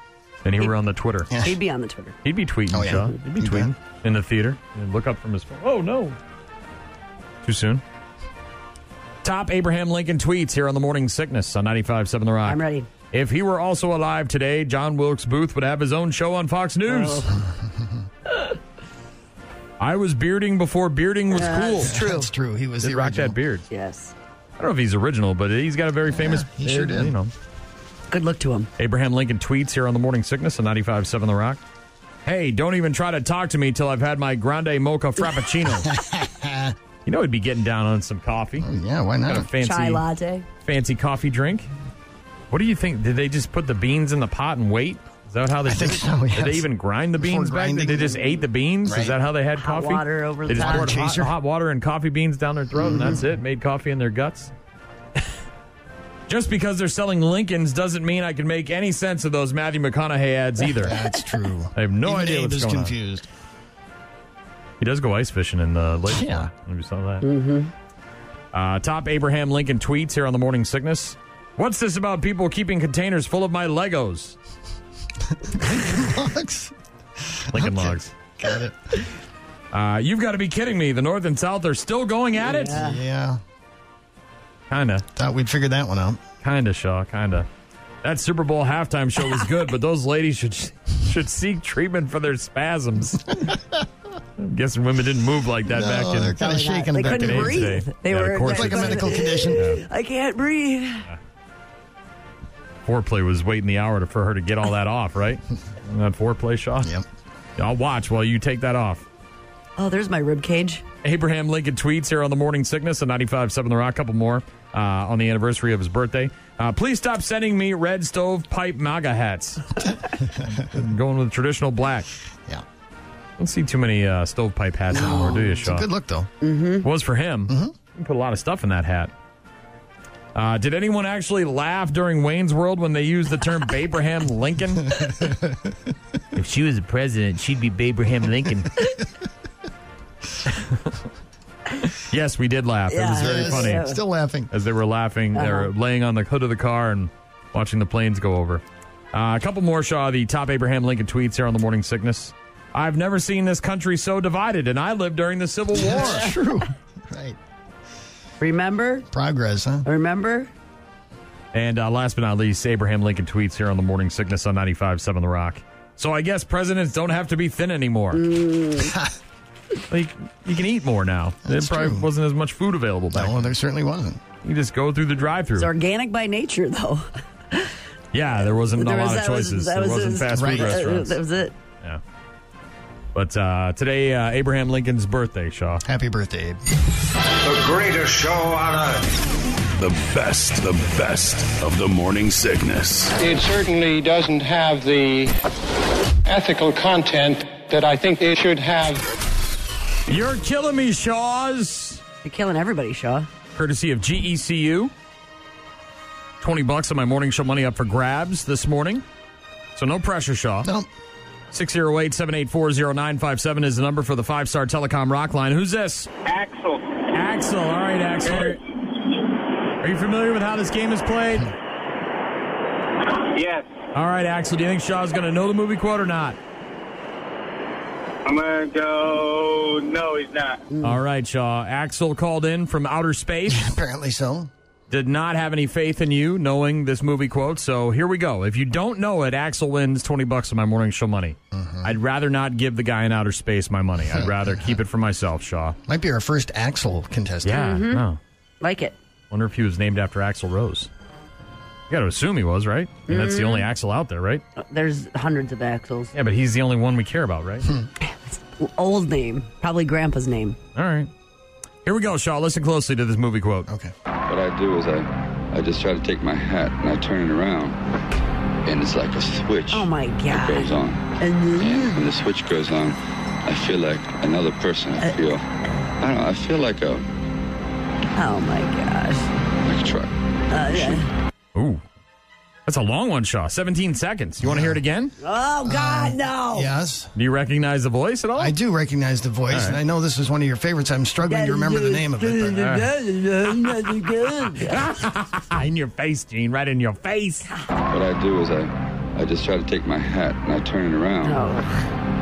S10: And he were on the Twitter.
S11: He'd be on the Twitter.
S10: He'd be tweeting,
S11: Oh, yeah.
S10: Shaw. He'd be
S11: You
S10: tweeting in the theater and look up from his phone. Oh, no. Too soon. Top Abraham Lincoln tweets here on the Morning Sickness on 95.7 The Rock. I'm
S11: ready.
S10: If he were also alive today, John Wilkes Booth would have his own show on Fox News.
S11: Oh.
S10: I was bearding before bearding was
S16: Yeah,
S10: cool.
S16: that's true. That's true. He was
S10: Did
S16: the
S10: rock that beard.
S11: Yes.
S10: I don't know if he's original, but he's got a very famous.
S16: he sure
S10: uh,
S16: did.
S10: You know.
S11: Good look to him.
S10: Abraham Lincoln tweets here on the Morning Sickness on 95.7 The Rock. Hey, don't even try to talk to me till I've had my grande mocha frappuccino. you know, he'd be getting down on some coffee.
S16: yeah, why not?
S10: Got a fancy,
S11: Chai latte.
S10: fancy coffee drink. What do you think? Did they just put the beans in the pot and wait? Is that how they
S16: I
S10: did
S16: think
S10: it?
S16: so, yes.
S10: Did they even grind the
S16: Before
S10: beans back? then?
S16: grinding
S10: They just
S16: them.
S10: ate the beans?
S16: Right.
S10: Is that how they had
S11: Hot
S10: coffee?
S11: water over
S10: they
S11: the
S10: just
S11: top.
S10: poured hot,
S11: Chaser.
S10: hot water and coffee beans down their throat, and
S16: Mm-hmm.
S10: that's it. Made coffee in their guts. Just because they're selling Lincolns doesn't mean I can make any sense of those Matthew McConaughey ads either.
S16: That's true.
S10: I have no
S16: Even
S10: idea
S16: Abe
S10: what's
S16: is
S10: going
S16: confused.
S10: on. He does go ice fishing in the lake.
S16: Yeah.
S10: you saw that. Mm-hmm. Uh, top Abraham Lincoln tweets here on the Morning Sickness. What's this about people keeping containers full of my Legos?
S16: Logs.
S10: Lincoln logs.
S16: Got it.
S10: Uh, you've got to be kidding me. The North and South are still going at it?
S16: Yeah.
S10: Kinda.
S16: Thought we'd figured that one out.
S10: Kinda, Shaw. Kinda. That Super Bowl halftime show was good, but those ladies should should seek treatment for their spasms. I'm guessing women didn't move like that
S16: No,
S10: back in.
S16: they're kinda Probably not. shaking
S11: They
S16: back
S11: couldn't
S10: in
S11: breathe.
S10: Today.
S11: They
S10: Yeah,
S11: were
S10: of course
S11: they-
S10: It's like a medical
S16: condition.
S11: I can't breathe.
S10: Foreplay was waiting the hour to, for her to get all that off, right? Isn't that foreplay, Shaw. Yep. I'll watch while you take that off.
S11: Oh, there's my rib cage.
S10: Abraham Lincoln tweets here on the Morning Sickness and 95.7 The Rock. couple more uh, on the anniversary of his birthday. Uh, please stop sending me red stove pipe MAGA hats. I'm going with traditional black.
S16: Yeah.
S10: Don't see too many uh, stovepipe hats anymore, do you,
S16: It's a
S10: Shaw?
S16: good look, though.
S10: Mm-hmm. Was for him. You can Put a lot of stuff in that hat. Uh, did anyone actually laugh during Wayne's World when they used the term Abraham Lincoln? if she was a president, she'd be Abraham Lincoln. yes, we did laugh. it was very
S16: Yes.
S10: funny.
S16: Still laughing.
S10: As they were laughing, they were
S16: Uh-huh.
S10: laying on the hood of the car and watching the planes go over. Uh, a couple more, Shaw, the top Abraham Lincoln tweets here on the morning sickness. I've never seen this country so divided, and I lived during the Civil War.
S16: That's true. Right.
S11: Remember?
S16: Progress, huh?
S11: Remember?
S10: And uh, last but not least, Abraham Lincoln tweets here on the Morning Sickness on 95.7 The Rock. So I guess presidents don't have to be thin anymore. like, you can eat more now.
S16: Mm. That's
S10: there probably
S16: true.
S10: wasn't as much food available back
S16: No, there certainly wasn't.
S10: You just go through the drive
S11: It's
S10: through
S11: organic by nature, though.
S10: Yeah, there wasn't
S11: There
S10: a
S11: was-
S10: lot of
S11: that was-
S10: choices.
S11: that
S10: there
S11: was
S10: wasn't
S11: his-
S10: fast
S11: right.
S10: food
S11: That-
S10: restaurants.
S11: that was it.
S10: Yeah. But uh, today, uh, Abraham Lincoln's birthday, Shaw.
S16: Happy birthday, Abe.
S2: The greatest show on earth. The best, the best of the morning sickness.
S1: It certainly doesn't have the ethical content that I think it should have.
S10: You're killing me, Shaws.
S11: You're killing everybody, Shaw.
S10: Courtesy of E GECU. 20 bucks of my morning show money up for grabs this morning. So no pressure, Shaw.
S16: Nope.
S10: 608 784 0957 is the number for the five star telecom rock line. Who's this?
S15: Axel.
S10: Axel. All right, Axel. Are you familiar with how this game is played?
S15: Yes.
S10: All right, Axel, do you think Shaw's going to know the movie quote or not?
S15: I'm gonna go. No, he's not.
S10: All right, Shaw. Axel called in from outer space.
S16: Apparently so.
S10: Did not have any faith in you knowing this movie quote. So here we go. If you don't know it, Axel wins 20 bucks of my morning show money. I'd rather not give the guy in outer space my money. I'd rather keep it for myself, Shaw.
S16: Might be our first Axel contestant.
S10: Yeah, no.
S11: Mm-hmm. Like it.
S10: Wonder if he was named after Axel Rose. You got to assume he was, right? I mean, That's the
S11: Mhm.
S10: only Axel out there, right?
S11: Uh, There's hundreds of axles.
S10: Yeah, but he's the only one we care about, right?
S16: Hmm.
S11: Old name. Probably grandpa's name.
S10: All right. Here we go, Shaw. Listen closely to this movie quote.
S16: Okay.
S19: What I do is I, I just try to take my hat and I turn it around. and it's like a switch.
S11: Oh my
S19: that
S11: god.
S19: goes on. And when the switch goes on, I feel like another person. I
S11: Uh,
S19: feel, I don't know, I feel like a.
S11: Oh my gosh.
S19: Like a truck.
S11: Uh, yeah.
S10: Ooh. That's a long one, Shaw. 17 seconds. You want to hear it again?
S11: Oh God, no.
S16: Yes.
S10: Do you recognize the voice at all?
S16: I do recognize the voice,
S10: All right.
S16: and I know this is one of your favorites. I'm struggling to remember the name of it. But,
S10: Ah, in your face, Gene. Right in your face.
S19: What I do is I, I just try to take my hat and I turn it around.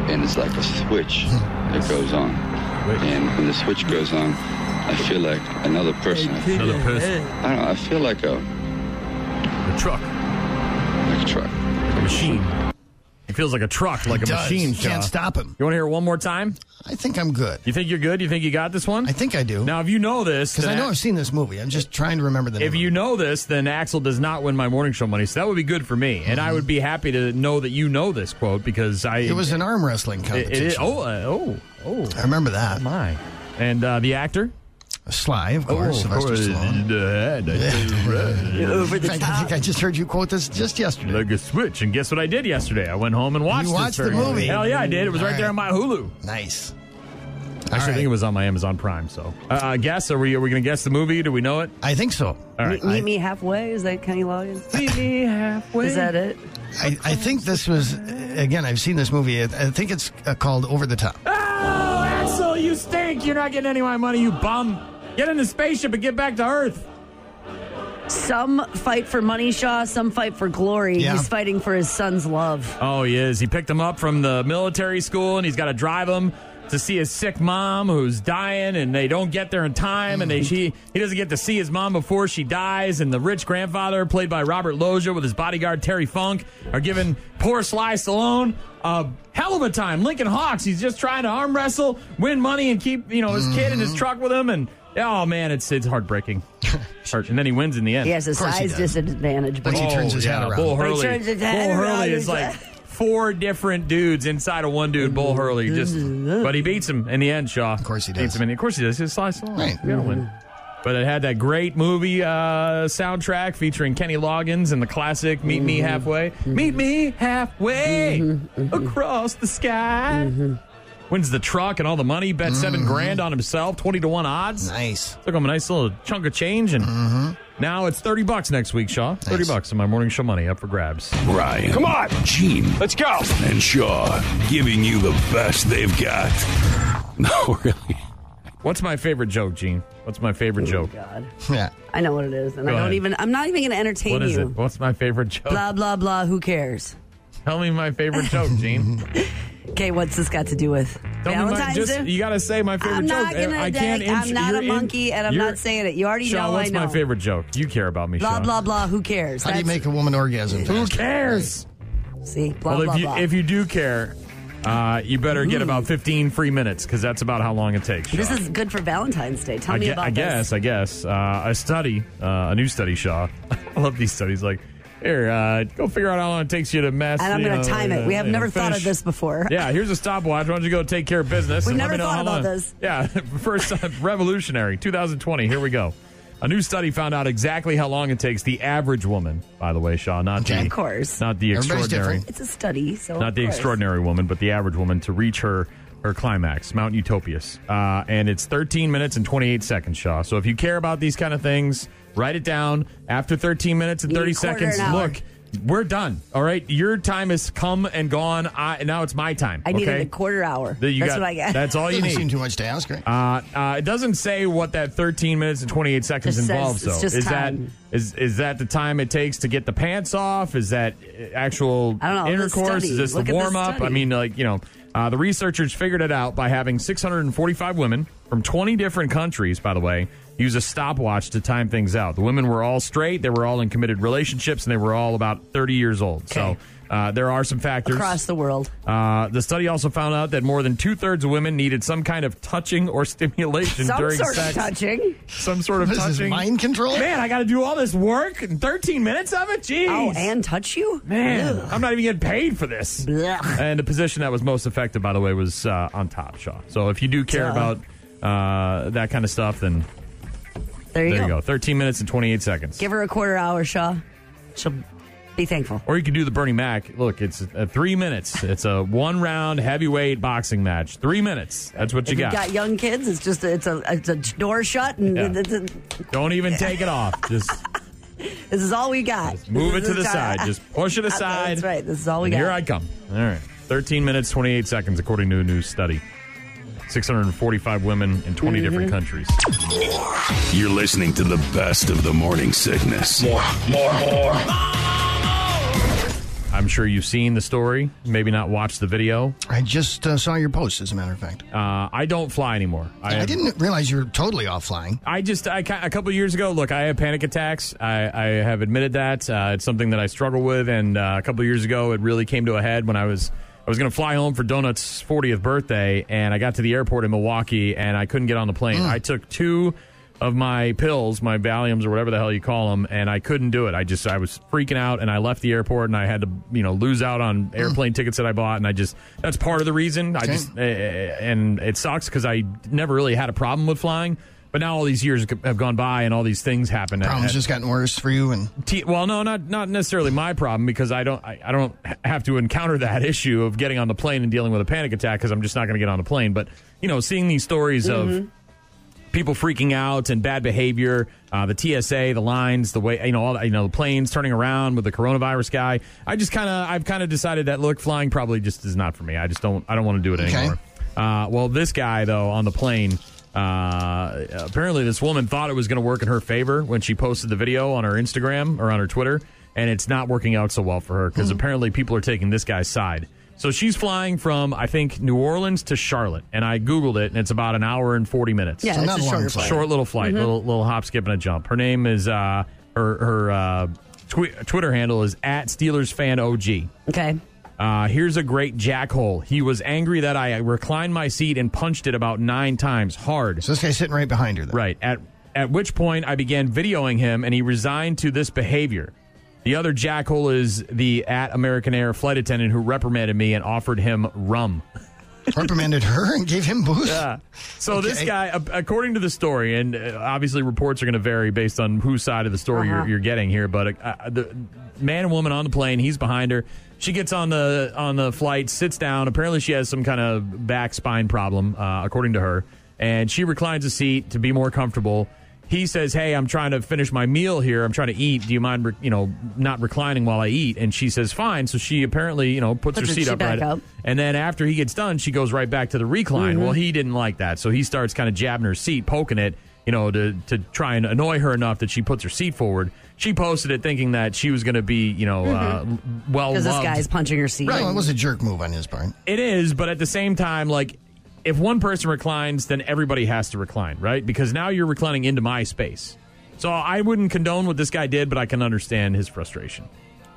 S19: And it's like a switch that goes on. And when the switch goes on, I feel like another person.
S2: Another person.
S19: I don't know, I feel like a.
S10: A truck.
S19: Like a truck.
S10: A machine. It feels like a truck, like
S16: It
S10: a
S16: does.
S10: machine.
S16: Can't stop
S10: him. You want to hear it one more time?
S16: I think I'm good.
S10: You think you're good? You think you got this one? I
S16: think I do.
S10: Now, if you know this,
S16: Because I
S10: then
S16: know I've seen this movie. I'm just trying to remember the name.
S10: If you know this, then Axel does not win my morning show money. So that would be good for me, and I would be happy to know that you know this quote because I.
S16: It was an arm wrestling
S10: It- it
S16: competition.
S10: is- oh, uh, oh, oh!
S16: I remember that.
S10: my! And uh, the actor,
S16: Sly, of course,
S10: Oh, of
S16: Sylvester
S10: course.
S16: Stallone.
S10: Over the
S16: In fact, I think I just heard you quote this just yesterday.
S10: Like a switch. And guess what I did yesterday? I went home and watched.
S16: You
S10: this
S16: watched the
S10: very
S16: movie.
S10: Hell yeah, I did. It was
S16: All
S10: right, there
S16: right.
S10: on my Hulu.
S16: Nice.
S10: Actually, I think it was on my Amazon Prime. So, uh, uh, guess are we are we going to guess the movie? Do we know it?
S16: I think so.
S10: All right.
S11: Meet, meet me halfway. Is that Kenny Loggins? Meet me halfway. Is that it?
S16: I, I think this was again. I've seen this movie. I, I think it's uh, called Over the Top.
S10: Oh, Axel, you stink. You're not getting any of my money, you bum. Get in the spaceship and get back to Earth.
S11: Some fight for money, Shaw. Some fight for glory.
S10: Yeah.
S11: He's fighting for his son's love.
S10: Oh, he is. He picked him up from the military school, and he's got to drive him to see his sick mom who's dying, and they don't get there in time, and they
S11: Mm.
S10: she he doesn't get to see his mom before she dies, and the rich grandfather, played by Robert Loggia, with his bodyguard Terry Funk, are giving poor Sly Stallone a hell of a time. Lincoln Hawks, he's just trying to arm wrestle, win money, and keep you know his kid in his truck with him, and oh man, it's it's heartbreaking. Heart- and then he wins in the end.
S11: He has a size disadvantage, but
S10: Oh, yeah, Bull Hurley,
S11: He turns his head
S10: Bull
S11: around,
S10: Hurley is
S11: he's
S10: like four different dudes inside of one dude. Bull Hurley just, but he beats him in the end. Shaw, of course he does. Beats him in the, of course he does. He's Sly Stallone. Right, win. But it had that great movie uh, soundtrack featuring Kenny Loggins and the classic "Meet Me Halfway." Meet me halfway across the sky. Wins the truck and all the money. Bet seven grand on himself, twenty to one odds.
S16: Nice.
S10: Took him a nice little chunk of change, and now it's thirty bucks next week, Shaw. Thirty bucks in my morning show money up for grabs.
S2: Ryan. Come on. Gene. Let's go. And Shaw giving you the best they've got. No, really.
S10: What's my favorite joke, Gene? What's my favorite joke?
S11: Oh, God.
S16: Yeah.
S11: I know what it is, and
S10: Go
S11: I don't
S10: ahead.
S11: even. I'm not even going to entertain
S10: What is
S11: you.
S10: it? What's my favorite joke?
S11: Blah blah blah. Who cares?
S10: Tell me my favorite joke, Gene.
S11: Okay, what's this got to do with
S10: Tell me my,
S11: Valentine's
S10: just,
S11: Day?
S10: you got to say my favorite
S11: I'm
S10: joke.
S11: not gonna.
S10: I can't.
S11: dig- I'm
S10: ins-
S11: not
S10: you're
S11: a
S10: in-
S11: monkey, and I'm
S10: you're-
S11: not saying it. You already
S10: Shaw,
S11: know.
S10: what's
S11: I know.
S10: my favorite joke? You care about me,
S11: Blah
S10: Shaw.
S11: blah blah. Who cares?
S16: How do you
S11: That's-
S16: make a woman orgasm?
S10: Who
S16: faster?
S10: cares?
S11: See, blah
S10: well,
S11: blah
S10: if you
S11: blah. Hmm.
S10: if you do care, uh, you better get about fifteen free minutes because that's about how long it takes.
S11: this
S10: Shaw.
S11: is good for Valentine's Day. Tell
S10: I,
S11: me
S10: gue-
S11: about
S10: I guess,
S11: this.
S10: I guess. Uh, a study, uh, a new study, Shaw. I love these studies. Like, here, uh, go figure out how long it takes you to mess.
S11: And I'm
S10: you
S11: going to
S10: know,
S11: time it.
S10: uh,
S11: We have
S10: you know,
S11: never thought of
S10: finish.
S11: this before.
S10: Yeah, here's a stopwatch. Why don't you go take care of business?
S11: We've
S10: and let
S11: never
S10: me know
S11: thought
S10: how
S11: about
S10: long-
S11: this.
S10: Yeah, first time, revolutionary. 2020. Here we go. A new study found out exactly how long it takes the average woman. By the way, Shaw, not the
S11: Of course.
S10: not the extraordinary,
S11: It's a study, so
S10: not
S11: of
S10: the
S11: course.
S10: extraordinary woman, but the average woman to reach her her climax, Mount Utopias. Uh, and it's 13 minutes and 28 seconds, Shaw. So if you care about these kind of things, write it down. After 13 minutes and
S11: You
S10: 30
S11: need quarter
S10: seconds,
S11: an hour.
S10: look, we're done. All right, your time has come and gone. I, now it's my time.
S11: I needed
S10: okay?
S11: a quarter hour.
S10: That you
S11: that's
S10: got-
S11: what I got.
S10: that's all you
S16: Doesn't
S10: need.
S16: seem too much to ask, right?
S10: Uh, uh, it doesn't say what that 13 minutes and 28 seconds
S11: Just says
S10: involves,
S11: it's
S10: though.
S11: just
S10: is
S11: time.
S10: that is is that the time it takes to get the pants off? Is that uh, actual
S11: I don't know, the
S10: intercourse?
S11: study.
S10: Is this
S11: Look
S10: the
S11: at the
S10: warm up? I
S11: study.
S10: mean, like you know, uh, the researchers figured it out by having 645 women from 20 different countries, by the way, use a stopwatch to time things out. The women were all straight, they were all in committed relationships, and they were all about 30 years old. So. Uh, there are some factors
S11: across the world.
S10: uh, the study also found out that more than two thirds of women needed some kind of touching or stimulation
S11: Some
S10: during
S11: sort
S10: sex.
S11: of touching.
S10: Some sort of
S16: This is
S10: touching.
S16: mind control.
S10: Man, I got to do all this work in 13 minutes of it? Jeez.
S11: Oh, and touch you?
S10: Man,
S11: Ugh.
S10: I'm not even getting paid for this.
S11: Blech.
S10: And the position that was most affected, by the way, was uh, on top, Shaw. So if you do
S11: Duh.
S10: care about uh, that kind of stuff, then
S11: There you,
S10: there
S11: go.
S10: you go. 13 minutes and 28 seconds.
S11: Give her a quarter hour, Shaw. She'll Be thankful.
S10: Or you could do the Bernie Mac. Look, it's uh, three minutes. It's a one round heavyweight boxing match. Three minutes. That's what
S11: If
S10: you
S11: you've
S10: got.
S11: got young kids, it's just it's a it's a door shut and
S10: Yeah.
S11: it's a-
S10: Don't even take it off. Just
S11: this is all we got.
S10: move it
S11: This
S10: to
S11: is
S10: the
S11: our-
S10: side. Just push it aside.
S11: That's right. This is all we
S10: And
S11: got.
S10: here I come. All right. 13 minutes, 28 seconds, according to a new study. 645 women in 20
S11: Mm-hmm.
S10: different countries.
S2: You're listening to the best of the morning sickness. More, more, more.
S10: I'm sure you've seen the story, maybe not watched the video.
S16: I just uh, saw your post, as a matter of fact.
S10: Uh, I don't fly anymore.
S16: I, didn't realize you were totally off flying.
S10: I just I, ca- a couple years ago. Look, I have panic attacks. I, I have admitted that uh, it's something that I struggle with, and uh, a couple years ago, it really came to a head when I was I was going to fly home for Donut's 40th birthday, and I got to the airport in Milwaukee, and I couldn't get on the plane.
S16: Mm.
S10: I took two of my pills, my Valiums or whatever the hell you call them, and I couldn't do it. I just I was freaking out, and I left the airport, and I had to you know lose out on
S16: Mm.
S10: airplane tickets that I bought, and I just that's part of the reason. I just eh, eh, and it sucks because I never really had a problem with flying. But now all these years have gone by, and all these things happen.
S16: Problems
S10: At-
S16: just gotten worse for you, and
S10: T- well, no, not not necessarily my problem because I don't I, I don't ha- have to encounter that issue of getting on the plane and dealing with a panic attack because I'm just not going to get on the plane. But you know, seeing these stories
S16: Mm-hmm.
S20: Mhm.
S10: of people freaking out and bad behavior, uh, the TSA, the lines, the way you know all that, you know the planes turning around with the coronavirus guy. I just kind of I've kind of decided that look, flying probably just is not for me. I just don't I don't want to do it anymore. Uh, well, this guy though on the plane. Uh, apparently, this woman thought it was going to work in her favor when she posted the video on her Instagram or on her Twitter, and it's not working out so well for her because apparently people are taking this guy's side. So she's flying from I think New Orleans to Charlotte, and I googled it, and it's about an hour and forty minutes.
S11: Yeah, So it's not a a long shorter flight. flight.
S10: Short little flight,
S11: Mhm.
S10: little little hop, skip, and a jump. Her name is uh, her her uh, twi- Twitter handle is at Steelers fan OG.
S11: Okay.
S10: Uh, here's a great jackhole. He was angry that I reclined my seat and punched it about nine times hard. So
S16: this guy's sitting right behind her. Though.
S10: Right. At at which point I began videoing him, and he resigned to this behavior. The other jackhole is the at American Air flight attendant who reprimanded me and offered him rum.
S16: reprimanded her and gave him booze.
S10: Yeah. So this
S16: Okay.
S10: guy, a- according to the story, and uh, obviously reports are going to vary based on whose side of the story
S20: Uh-huh.
S10: you're, you're getting here. But uh, uh, the man and woman on the plane, he's behind her. She gets on the on the flight, sits down. Apparently, she has some kind of back spine problem, uh, according to her, and she reclines a seat to be more comfortable. He says, "Hey, I'm trying to finish my meal here. I'm trying to eat. Do you mind, re- you know, not reclining while I eat?" And she says, "Fine." So she apparently, you know, puts,
S20: Puts
S10: her
S20: her
S10: seat
S20: seat
S10: up
S20: back
S10: right
S20: up.
S10: and then after he gets done, she goes right back to the
S20: Mhm.
S10: recline.
S11: Mm-hmm.
S10: Well, he didn't like that, so he starts kind of jabbing her seat, poking it, you know, to to try and annoy her enough that she puts her seat forward. She posted it thinking that she was going to be, you know, uh, well
S11: Mm-hmm. Because this
S10: loved.
S11: guy's punching her seat.
S10: Right. Well, it was a
S16: jerk move on his part.
S10: It is, but at the same time, like if one person reclines, then everybody has to recline, right? Because now you're reclining into my space. So I wouldn't condone what this guy did, but I can understand his frustration.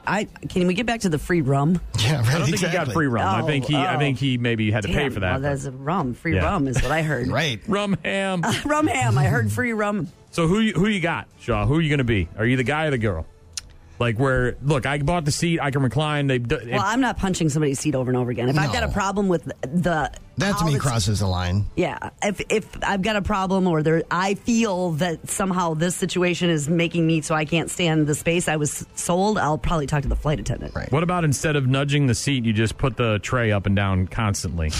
S11: I can we get back to the free rum? Oh,
S16: Yeah,
S10: I don't think he got free rum. I think he, I think he maybe had to pay for that.
S11: Well,
S10: but-
S11: that's a rum. Free
S10: Yeah.
S11: rum is what I heard.
S16: right.
S10: Rum ham.
S11: rum ham. I heard free rum.
S10: So who you- who you got, Shaw? Who are you going to be? Are you the guy or the girl? Like where? Look, I bought the seat. I can recline. They. d-
S11: Well, I'm not punching somebody's seat over and over again. If I've got a problem with the
S16: That to
S11: all
S16: me
S11: that's-
S16: crosses the line.
S11: Yeah, if if I've got a problem or there, I feel that somehow this situation is making me so I can't stand the space I was sold. I'll probably talk to the flight attendant. Right.
S10: What about instead of nudging the seat, you just put the tray up and down constantly?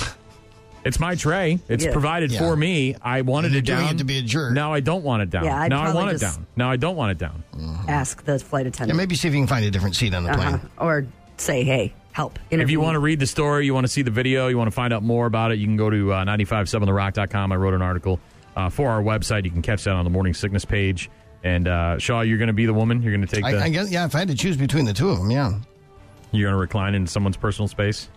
S10: It's my tray. It's
S11: Yeah.
S10: provided
S11: Yeah.
S10: for me. I wanted
S11: You're
S10: it
S11: doing
S10: down.
S11: it to
S16: be a jerk.
S10: Now I don't want it down.
S11: Yeah, I'd
S10: now I
S11: probably
S10: want it
S11: just-
S10: down. Now I don't want it down.
S11: Ask the flight attendant.
S16: Yeah, maybe see if you can find a different seat on the
S10: Uh-huh.
S16: plane.
S11: Uh-huh. Or say, hey, help.
S10: If you want to read the story, you want to see the video, you want to find out more about it, you can go to uh, 957therock.com. I wrote an article uh, for our website. You can catch that on the morning sickness page. And uh, Shaw, you're going to be the woman. You're going to take the.
S16: I, I guess, yeah, if I had to choose between the two of them, yeah.
S10: You're going to recline into someone's personal space.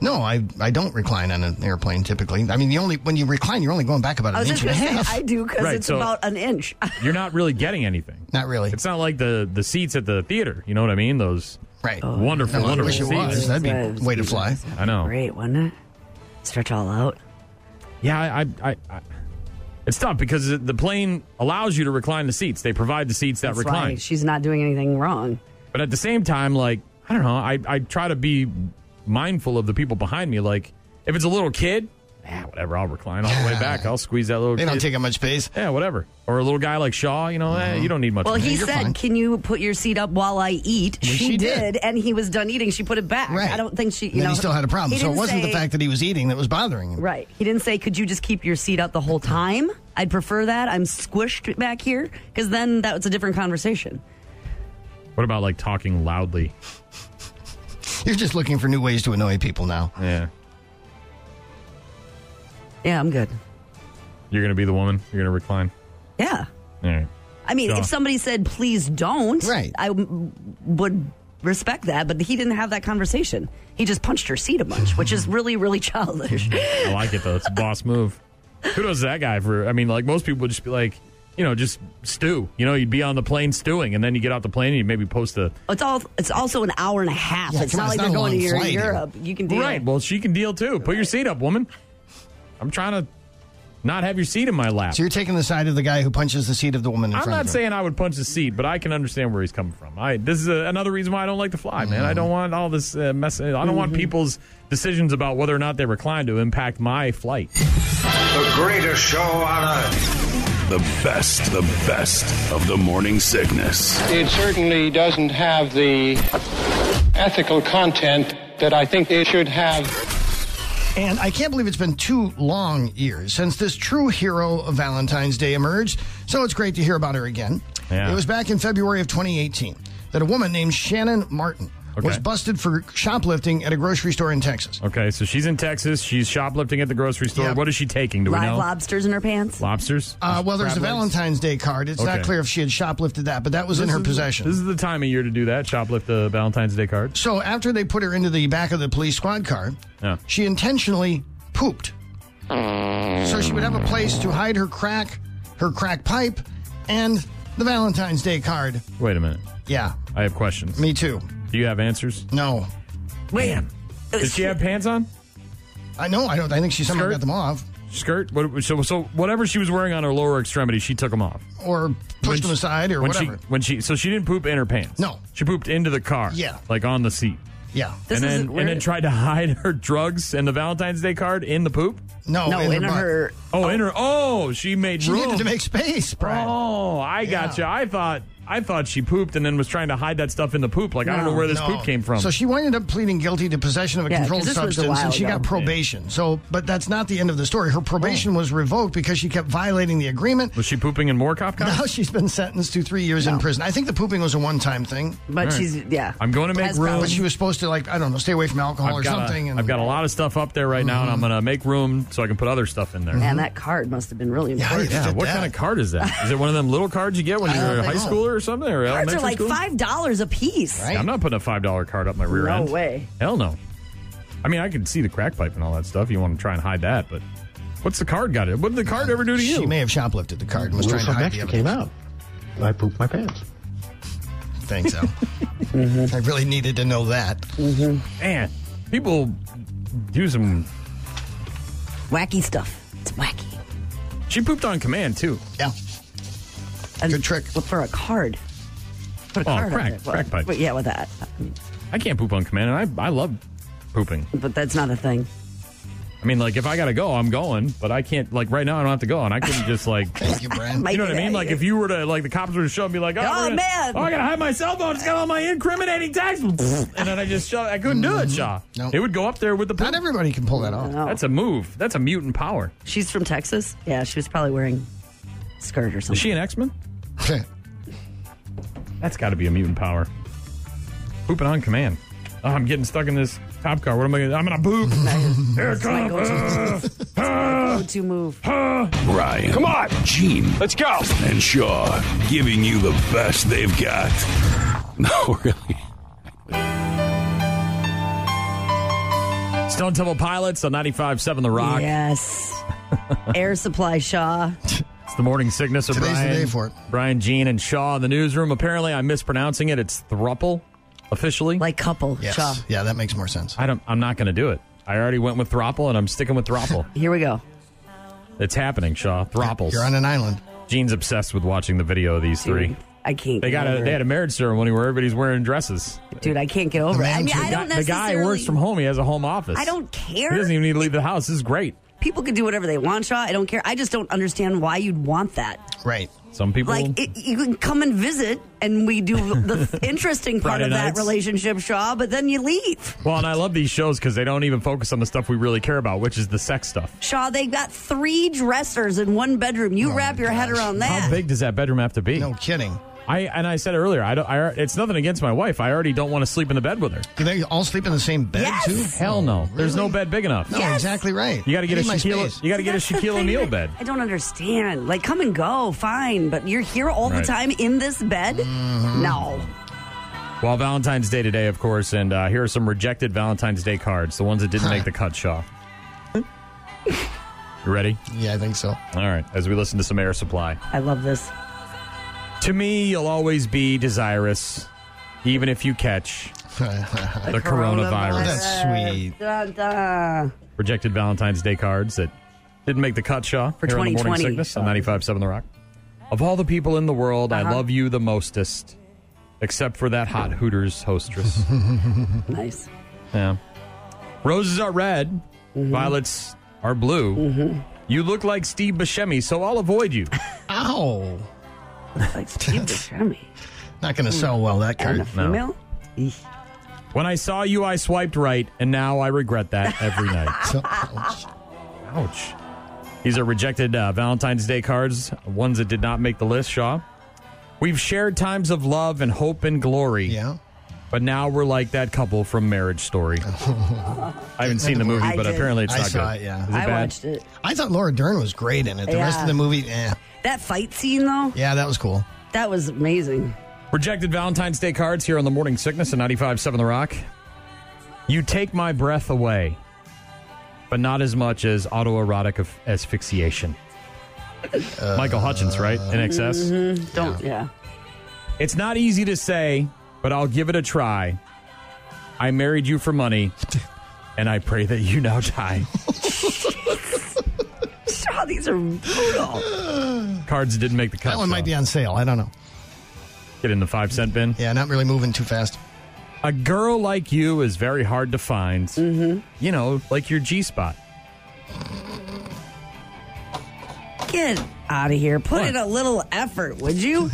S16: No, I, I don't recline on an airplane typically. I mean, the only when you recline, you're only going back about
S11: I
S16: an
S11: was
S16: inch
S11: just
S16: and a
S11: going to say,
S16: half.
S11: I do because
S10: Right,
S11: it's
S10: so-
S11: about an inch.
S10: You're not really getting anything.
S16: Not really.
S10: It's not like the the seats at the theater. You know what I mean? Those
S16: right.
S10: Oh, wonderful,
S16: No, I
S10: wonderful
S16: wish it
S10: seats.
S16: was. That'd be a way to fly.
S10: I know.
S11: Great, wasn't it? Stretch all out.
S10: Yeah, I, I, I, I it's tough because the plane allows you to recline the seats. They provide the seats that
S11: That's
S10: recline.
S11: why she's not doing anything wrong.
S10: But at the same time, like, I don't know, I, I try to be mindful of the people behind me. Like, if it's a little kid ah, whatever, I'll recline all the way back. oh, I'll squeeze that little.
S16: They don't
S10: kid.
S16: take up much space.
S10: Yeah, whatever. Or a little guy like Shaw, you know, eh, you don't need much.
S11: Well,
S10: room.
S11: he said, "Can you put your seat up while I eat?"
S10: Well,
S11: she
S10: she
S11: did, and he was done eating. She put it back. I don't think she. You
S16: And then
S11: know,
S16: he still had a problem.
S11: he
S16: So it
S11: didn't
S16: wasn't the
S11: say-
S16: fact that he was eating that was bothering him.
S11: Right. He didn't say, "Could you just keep your seat up the whole time?" I'd prefer that. I'm squished back here because then that was a different conversation.
S10: What about like talking loudly?
S16: You're just looking for new ways to annoy people now.
S10: Yeah.
S11: Yeah, I'm good.
S10: You're going to be the woman. You're going to recline.
S11: Yeah.
S10: All right.
S11: I mean,
S10: Shaw.
S11: if somebody said, "Please don't," right? I w- would respect that, but he didn't have that conversation. He just punched her seat a bunch, which is really, really childish.
S10: I like it though. It's a boss move. Kudos to that guy for. I mean, like most people would just be like, you know, just stew. You know, you'd be on the plane stewing, and then you get off the plane and you maybe post a.
S11: It's all. It's also an hour and a half.
S10: Yeah,
S11: it's
S10: come
S11: not
S10: on,
S11: like
S10: it's
S11: they're
S10: not a
S11: going to
S10: long
S11: Euro-
S10: flight here.
S11: Europe. You can do
S10: Right.
S11: it.
S10: Well, she can deal too. Put your seat up, woman. I'm trying to not have your seat in my lap.
S16: So you're taking the side of the guy who punches the seat of the woman in
S10: I'm
S16: front
S10: not
S16: of him.
S10: saying I would punch the seat, but I can understand where he's coming from. I this is a, another reason why I don't like to fly, man. I don't want all this uh, mess. I don't want
S16: Mm-hmm.
S20: Mhm.
S10: people's decisions about whether or not they recline to impact my flight.
S20: The greatest show on earth.
S2: The best, the best of the morning sickness.
S1: It certainly doesn't have the ethical content that I think it should have.
S16: And I can't believe it's been two long years since this true hero of Valentine's Day emerged, so it's great to hear about her again.
S20: Yeah.
S16: It was back in February of 2018 that a woman named Shannon Martin was
S10: Okay.
S16: busted for shoplifting at a grocery store in Texas.
S10: Okay, so she's in Texas. She's shoplifting at the grocery store. What is she taking? Do we
S11: Live
S10: know?
S11: lobsters in her pants.
S10: Lobsters.
S16: Uh, well, there's a
S10: Crab legs?
S16: Valentine's Day card. It's
S10: Okay.
S16: not clear if she had shoplifted that, but that was in
S10: This
S16: her
S10: is-
S16: possession.
S10: This is the time of year to do that. Shoplift the Valentine's Day card.
S16: So after they put her into the back of the police squad car,
S10: Yeah.
S16: she intentionally pooped. So she would have a place to hide her crack, her crack pipe, and the Valentine's Day card.
S10: Oh, Wait a minute.
S16: Yeah.
S10: I have questions.
S16: Me too.
S10: Do you have answers?
S16: No.
S11: Wait.
S10: Did she have pants on?
S16: I know. I don't. I think she somehow
S10: Skirt?
S16: got them off
S10: Skirt. What, so, so whatever she was wearing on her lower extremity, she took them off.
S16: or pushed them aside or
S10: when
S16: whatever.
S10: she when she so she didn't poop in her pants. No, she pooped into the car.
S16: Yeah.
S10: like on the seat.
S16: yeah.
S10: and then and then tried to hide her drugs and the Valentine's Day card in the poop.
S16: No, No, in her in butt. her-
S10: Oh, in her. Oh, she made
S16: She
S10: room
S16: needed to make space, Brian.
S10: Oh, I got gotcha. you. I thought I thought she pooped and then was trying to hide that stuff in the poop. Like I don't know where this
S16: No.
S10: poop came from.
S16: So she ended up pleading guilty to possession of a
S10: Yeah, 'cause
S16: controlled
S10: this was a
S16: substance,
S10: while
S16: and she
S10: ago.
S16: got probation. So, but that's not the end of the story. Her probation was revoked because she kept violating the agreement.
S10: was she pooping in more cop cars?
S16: Now she's been sentenced to three years in prison. I think the pooping was a one-time thing,
S10: But All right. she's- yeah. I'm going to make Has room. problems.
S16: But she was supposed to like I don't know, stay away from alcohol or
S10: got
S16: something.
S10: A,
S16: and
S10: I've got a lot of stuff up there right now, and I'm going to make room so I can put other stuff in there.
S11: Man, that card must have been really important.
S10: Yeah, what kind of card is that? Is it one of them little cards you get when
S11: I
S10: you're
S11: don't
S10: a high
S11: think so.
S10: schooler or something? Or
S11: Cards
S10: elementary
S11: are like
S10: school?
S11: five dollars a piece.
S10: Yeah, I'm not putting a five dollar card up my rear
S11: No
S10: end.
S11: way.
S10: Hell no. I mean, I can see the crack pipe and all that stuff. You want to try and hide that, but what's the card got? It. What did the card ever do to you?
S16: She may have shoplifted the card and was trying
S10: Rule
S16: to
S10: from
S16: hide the
S10: Mexico
S16: evidence.
S10: came out.
S16: I pooped my pants. Thanks, Al. I really needed to know that.
S10: Man, people do some
S11: wacky stuff. It's wacky.
S10: She pooped on command too.
S16: Yeah. Good trick.
S11: For a card. Put a
S10: Oh,
S11: card
S10: crack-
S11: on it.
S10: crack pipe.
S11: But yeah, with that.
S10: I can't poop on command, and I I love pooping.
S11: But that's not a thing.
S10: I mean, like if I gotta go, I'm going, but I can't. Like right now, I don't have to go, and I couldn't just like.
S16: you,
S10: know what I mean? Like if you were to like the cops were to show me like, oh,
S20: Oh,
S10: we're gonna-
S20: man.
S10: oh, I gotta hide my cell phone. It's got all my incriminating tax, and then I just shove. I couldn't do it, Shaw. It would go up there with the. Not
S16: everybody can pull that off.
S10: That's a move. That's a mutant power.
S11: Oh. She's from Texas. Yeah, she was probably wearing skirt or something.
S10: Is she an X Men? That's got to be a mutant power. Pooping on command. Oh, I'm getting stuck in this cop car. What am I gonna? I'm gonna poop. Here it
S11: That's my
S10: comes.
S11: go-to move.
S2: Ryan. Come on. Gene. Let's go. And Shaw giving you the best they've got. No, really.
S10: Stone Temple Pilots on 95.7 The Rock.
S11: Yes. Air Supply Shaw.
S10: It's the morning sickness of
S11: Today's the
S10: Brian.
S11: day for it.
S10: Brian, Gene, and Shaw in the newsroom. Apparently, I'm mispronouncing it. It's thruple, officially.
S11: Like couple,
S16: Yes.
S11: Shaw.
S16: Yeah, that makes more sense.
S10: I don't. I'm not going to do it. I already went with thruple, and I'm sticking with thruple.
S11: Here we go.
S10: It's happening, Shaw. Thruples.
S16: You're on an island.
S10: Gene's obsessed with watching the video of these three.
S11: I can't.
S10: They
S11: get
S10: got a.
S11: over
S10: They
S11: it.
S10: had a marriage ceremony where everybody's wearing dresses.
S11: Dude, I can't get over it. I mean, I
S10: The
S11: don't
S10: guy- the guy
S11: necessarily.
S10: works from home. He has a home office.
S11: I don't care.
S10: He doesn't even need to leave the house. This is great.
S11: people can do whatever they want, Shaw. I don't care. I just don't understand why you'd want that.
S16: Right.
S10: Some people
S11: Like, it, you can come and visit, and we do the interesting part
S10: Friday
S11: of that
S10: nights.
S11: relationship, Shaw, but then you leave.
S10: Well, and I love these shows because they don't even focus on the stuff we really care about, which is the sex stuff.
S11: Shaw, they got three dressers in one bedroom. You wrap your head around
S10: Oh How
S11: that.
S10: big does that bedroom have to be? No
S16: kidding.
S10: I and I said earlier, I don't. I, it's nothing against my wife. I already don't want to sleep in the bed with her.
S16: Do they all sleep in the same bed too? Oh,
S10: Hell no. There's no bed big enough.
S16: No, exactly right.
S10: You got to get
S16: I
S10: a
S16: need my
S10: Shaquille.
S16: space.
S10: You got to get a
S11: That's the
S10: Shaquille
S11: thing
S10: O'Neal
S11: that
S10: bed.
S11: I don't understand. Like, come and go, fine, but you're here all
S10: Right.
S11: the
S10: Mm-hmm.
S11: time in this bed? No.
S10: Well, Valentine's Day today, of course, and uh, here are some rejected Valentine's Day cards. The ones that didn't make the cut, Shaw. You ready?
S16: Yeah, I think so.
S10: All right. As we listen to some Air Supply.
S11: I love this.
S10: To me, you'll always be desirous, even if you catch the coronavirus.
S11: Dun, dun.
S10: Rejected Valentine's Day cards that didn't make the cut, Shaw.
S11: For
S10: here on The Morning
S11: 2020,
S10: Sickness
S11: Shaw.
S10: on 95.7 The Rock. Of all the people in the world, I
S11: Uh-huh.
S10: love you the mostest, except for that hot Hooters hostess.
S11: nice.
S10: Yeah. Roses are red,
S11: Mm-hmm.
S10: violets are blue. You look like Steve Buscemi, so I'll avoid you.
S16: Ow.
S11: Like Steve Buscemi. Hmm.
S16: Not going to sell well, that card.
S11: Female?
S10: When I saw you, I swiped right, and now I regret that every night. Ouch. These are rejected uh, Valentine's Day cards, ones that did not make the list, Shaw. We've shared times of love and hope and glory. Yeah. But now we're like that couple from Marriage Story. I haven't seen the movie,
S16: I
S10: but
S16: did.
S10: apparently it's
S16: I
S10: not
S16: saw
S10: good.
S16: it, yeah.
S10: Is it
S16: I
S10: bad?
S16: watched I thought Laura Dern was great in it. The rest
S11: Yeah.
S16: of the movie, eh.
S11: That fight scene, though,
S16: Yeah, that was cool.
S11: that was amazing.
S10: Rejected Valentine's Day cards here on the Morning Sickness and 95.7 The Rock. You take my breath away, but not as much as autoerotic af- asphyxiation.
S16: Uh,
S10: Michael Hutchins, right? In excess.
S11: Mhm. Don't, yeah.
S10: It's not easy to say, but I'll give it a try. I married you for money, and I pray that you now die.
S11: Shaw, these are brutal.
S10: Cards didn't make the cut.
S16: That one might be on sale. I don't know.
S10: Get in the five cent bin.
S16: Yeah, not really moving too fast.
S10: A girl like you is very hard to find. Mm-hmm. You know, like your G spot.
S11: Get out of here. Put in a little effort, would you?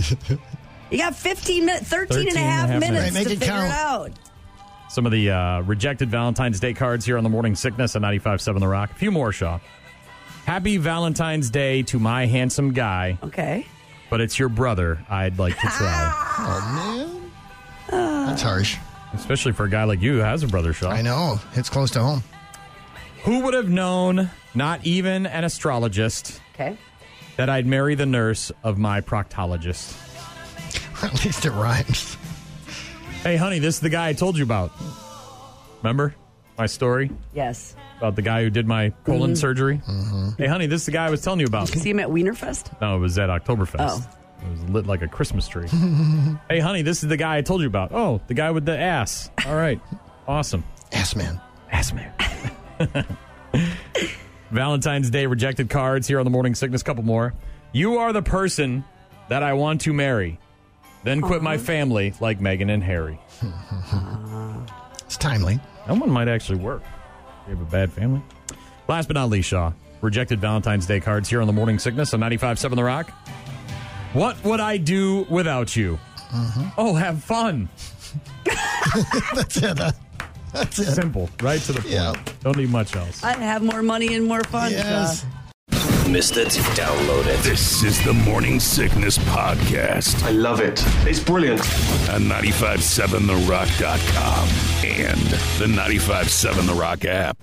S11: you got 15 minutes, 13, and a half minutes to figure it out.
S10: Some of the uh, rejected Valentine's Day cards here on the Morning Sickness on 95.7 The Rock. A few more, Shaw. Happy Valentine's Day to my handsome guy.
S11: Okay.
S10: But it's your brother I'd like to try. oh, man.
S11: Uh.
S10: That's harsh. Especially for a guy like you who has a brother, Shaw. I
S16: know. It's close to home.
S10: Who would have known, not even an astrologist,
S11: okay.
S10: that I'd marry the nurse of my proctologist?
S16: At least it rhymes.
S10: Hey, honey, this is the guy I told you about. Remember my story?
S11: Yes.
S10: About the guy who did my colon
S11: Mhm.
S10: surgery? Hey, honey, this is the guy I was telling you about.
S11: See him at Wienerfest?
S10: No, it was at Oktoberfest.
S11: Oh.
S10: It was lit like a Christmas tree. hey, honey, this is the guy I told you about. Oh, the guy with the ass. All right. awesome.
S16: Ass man.
S10: Ass man. Valentine's Day rejected cards here on the Morning Sickness. Couple more. You are the person that I want to marry. Then quit my family like Megan and Harry.
S16: it's timely.
S10: That one might actually work. You have a bad family. Last but not least, Shaw. Rejected Valentine's Day cards here on the Morning Sickness on 95.7 The Rock. What would I do without you? Oh, have fun.
S16: Mm-hmm. that's it. that's it.
S10: Simple. Right to the point. Don't need much else.
S11: I'd have more money and more fun. Yes.
S2: Missed it? Download it. This is the Morning Sickness Podcast. I love it. It's brilliant. On 957therock.com and the 957 The Rock app.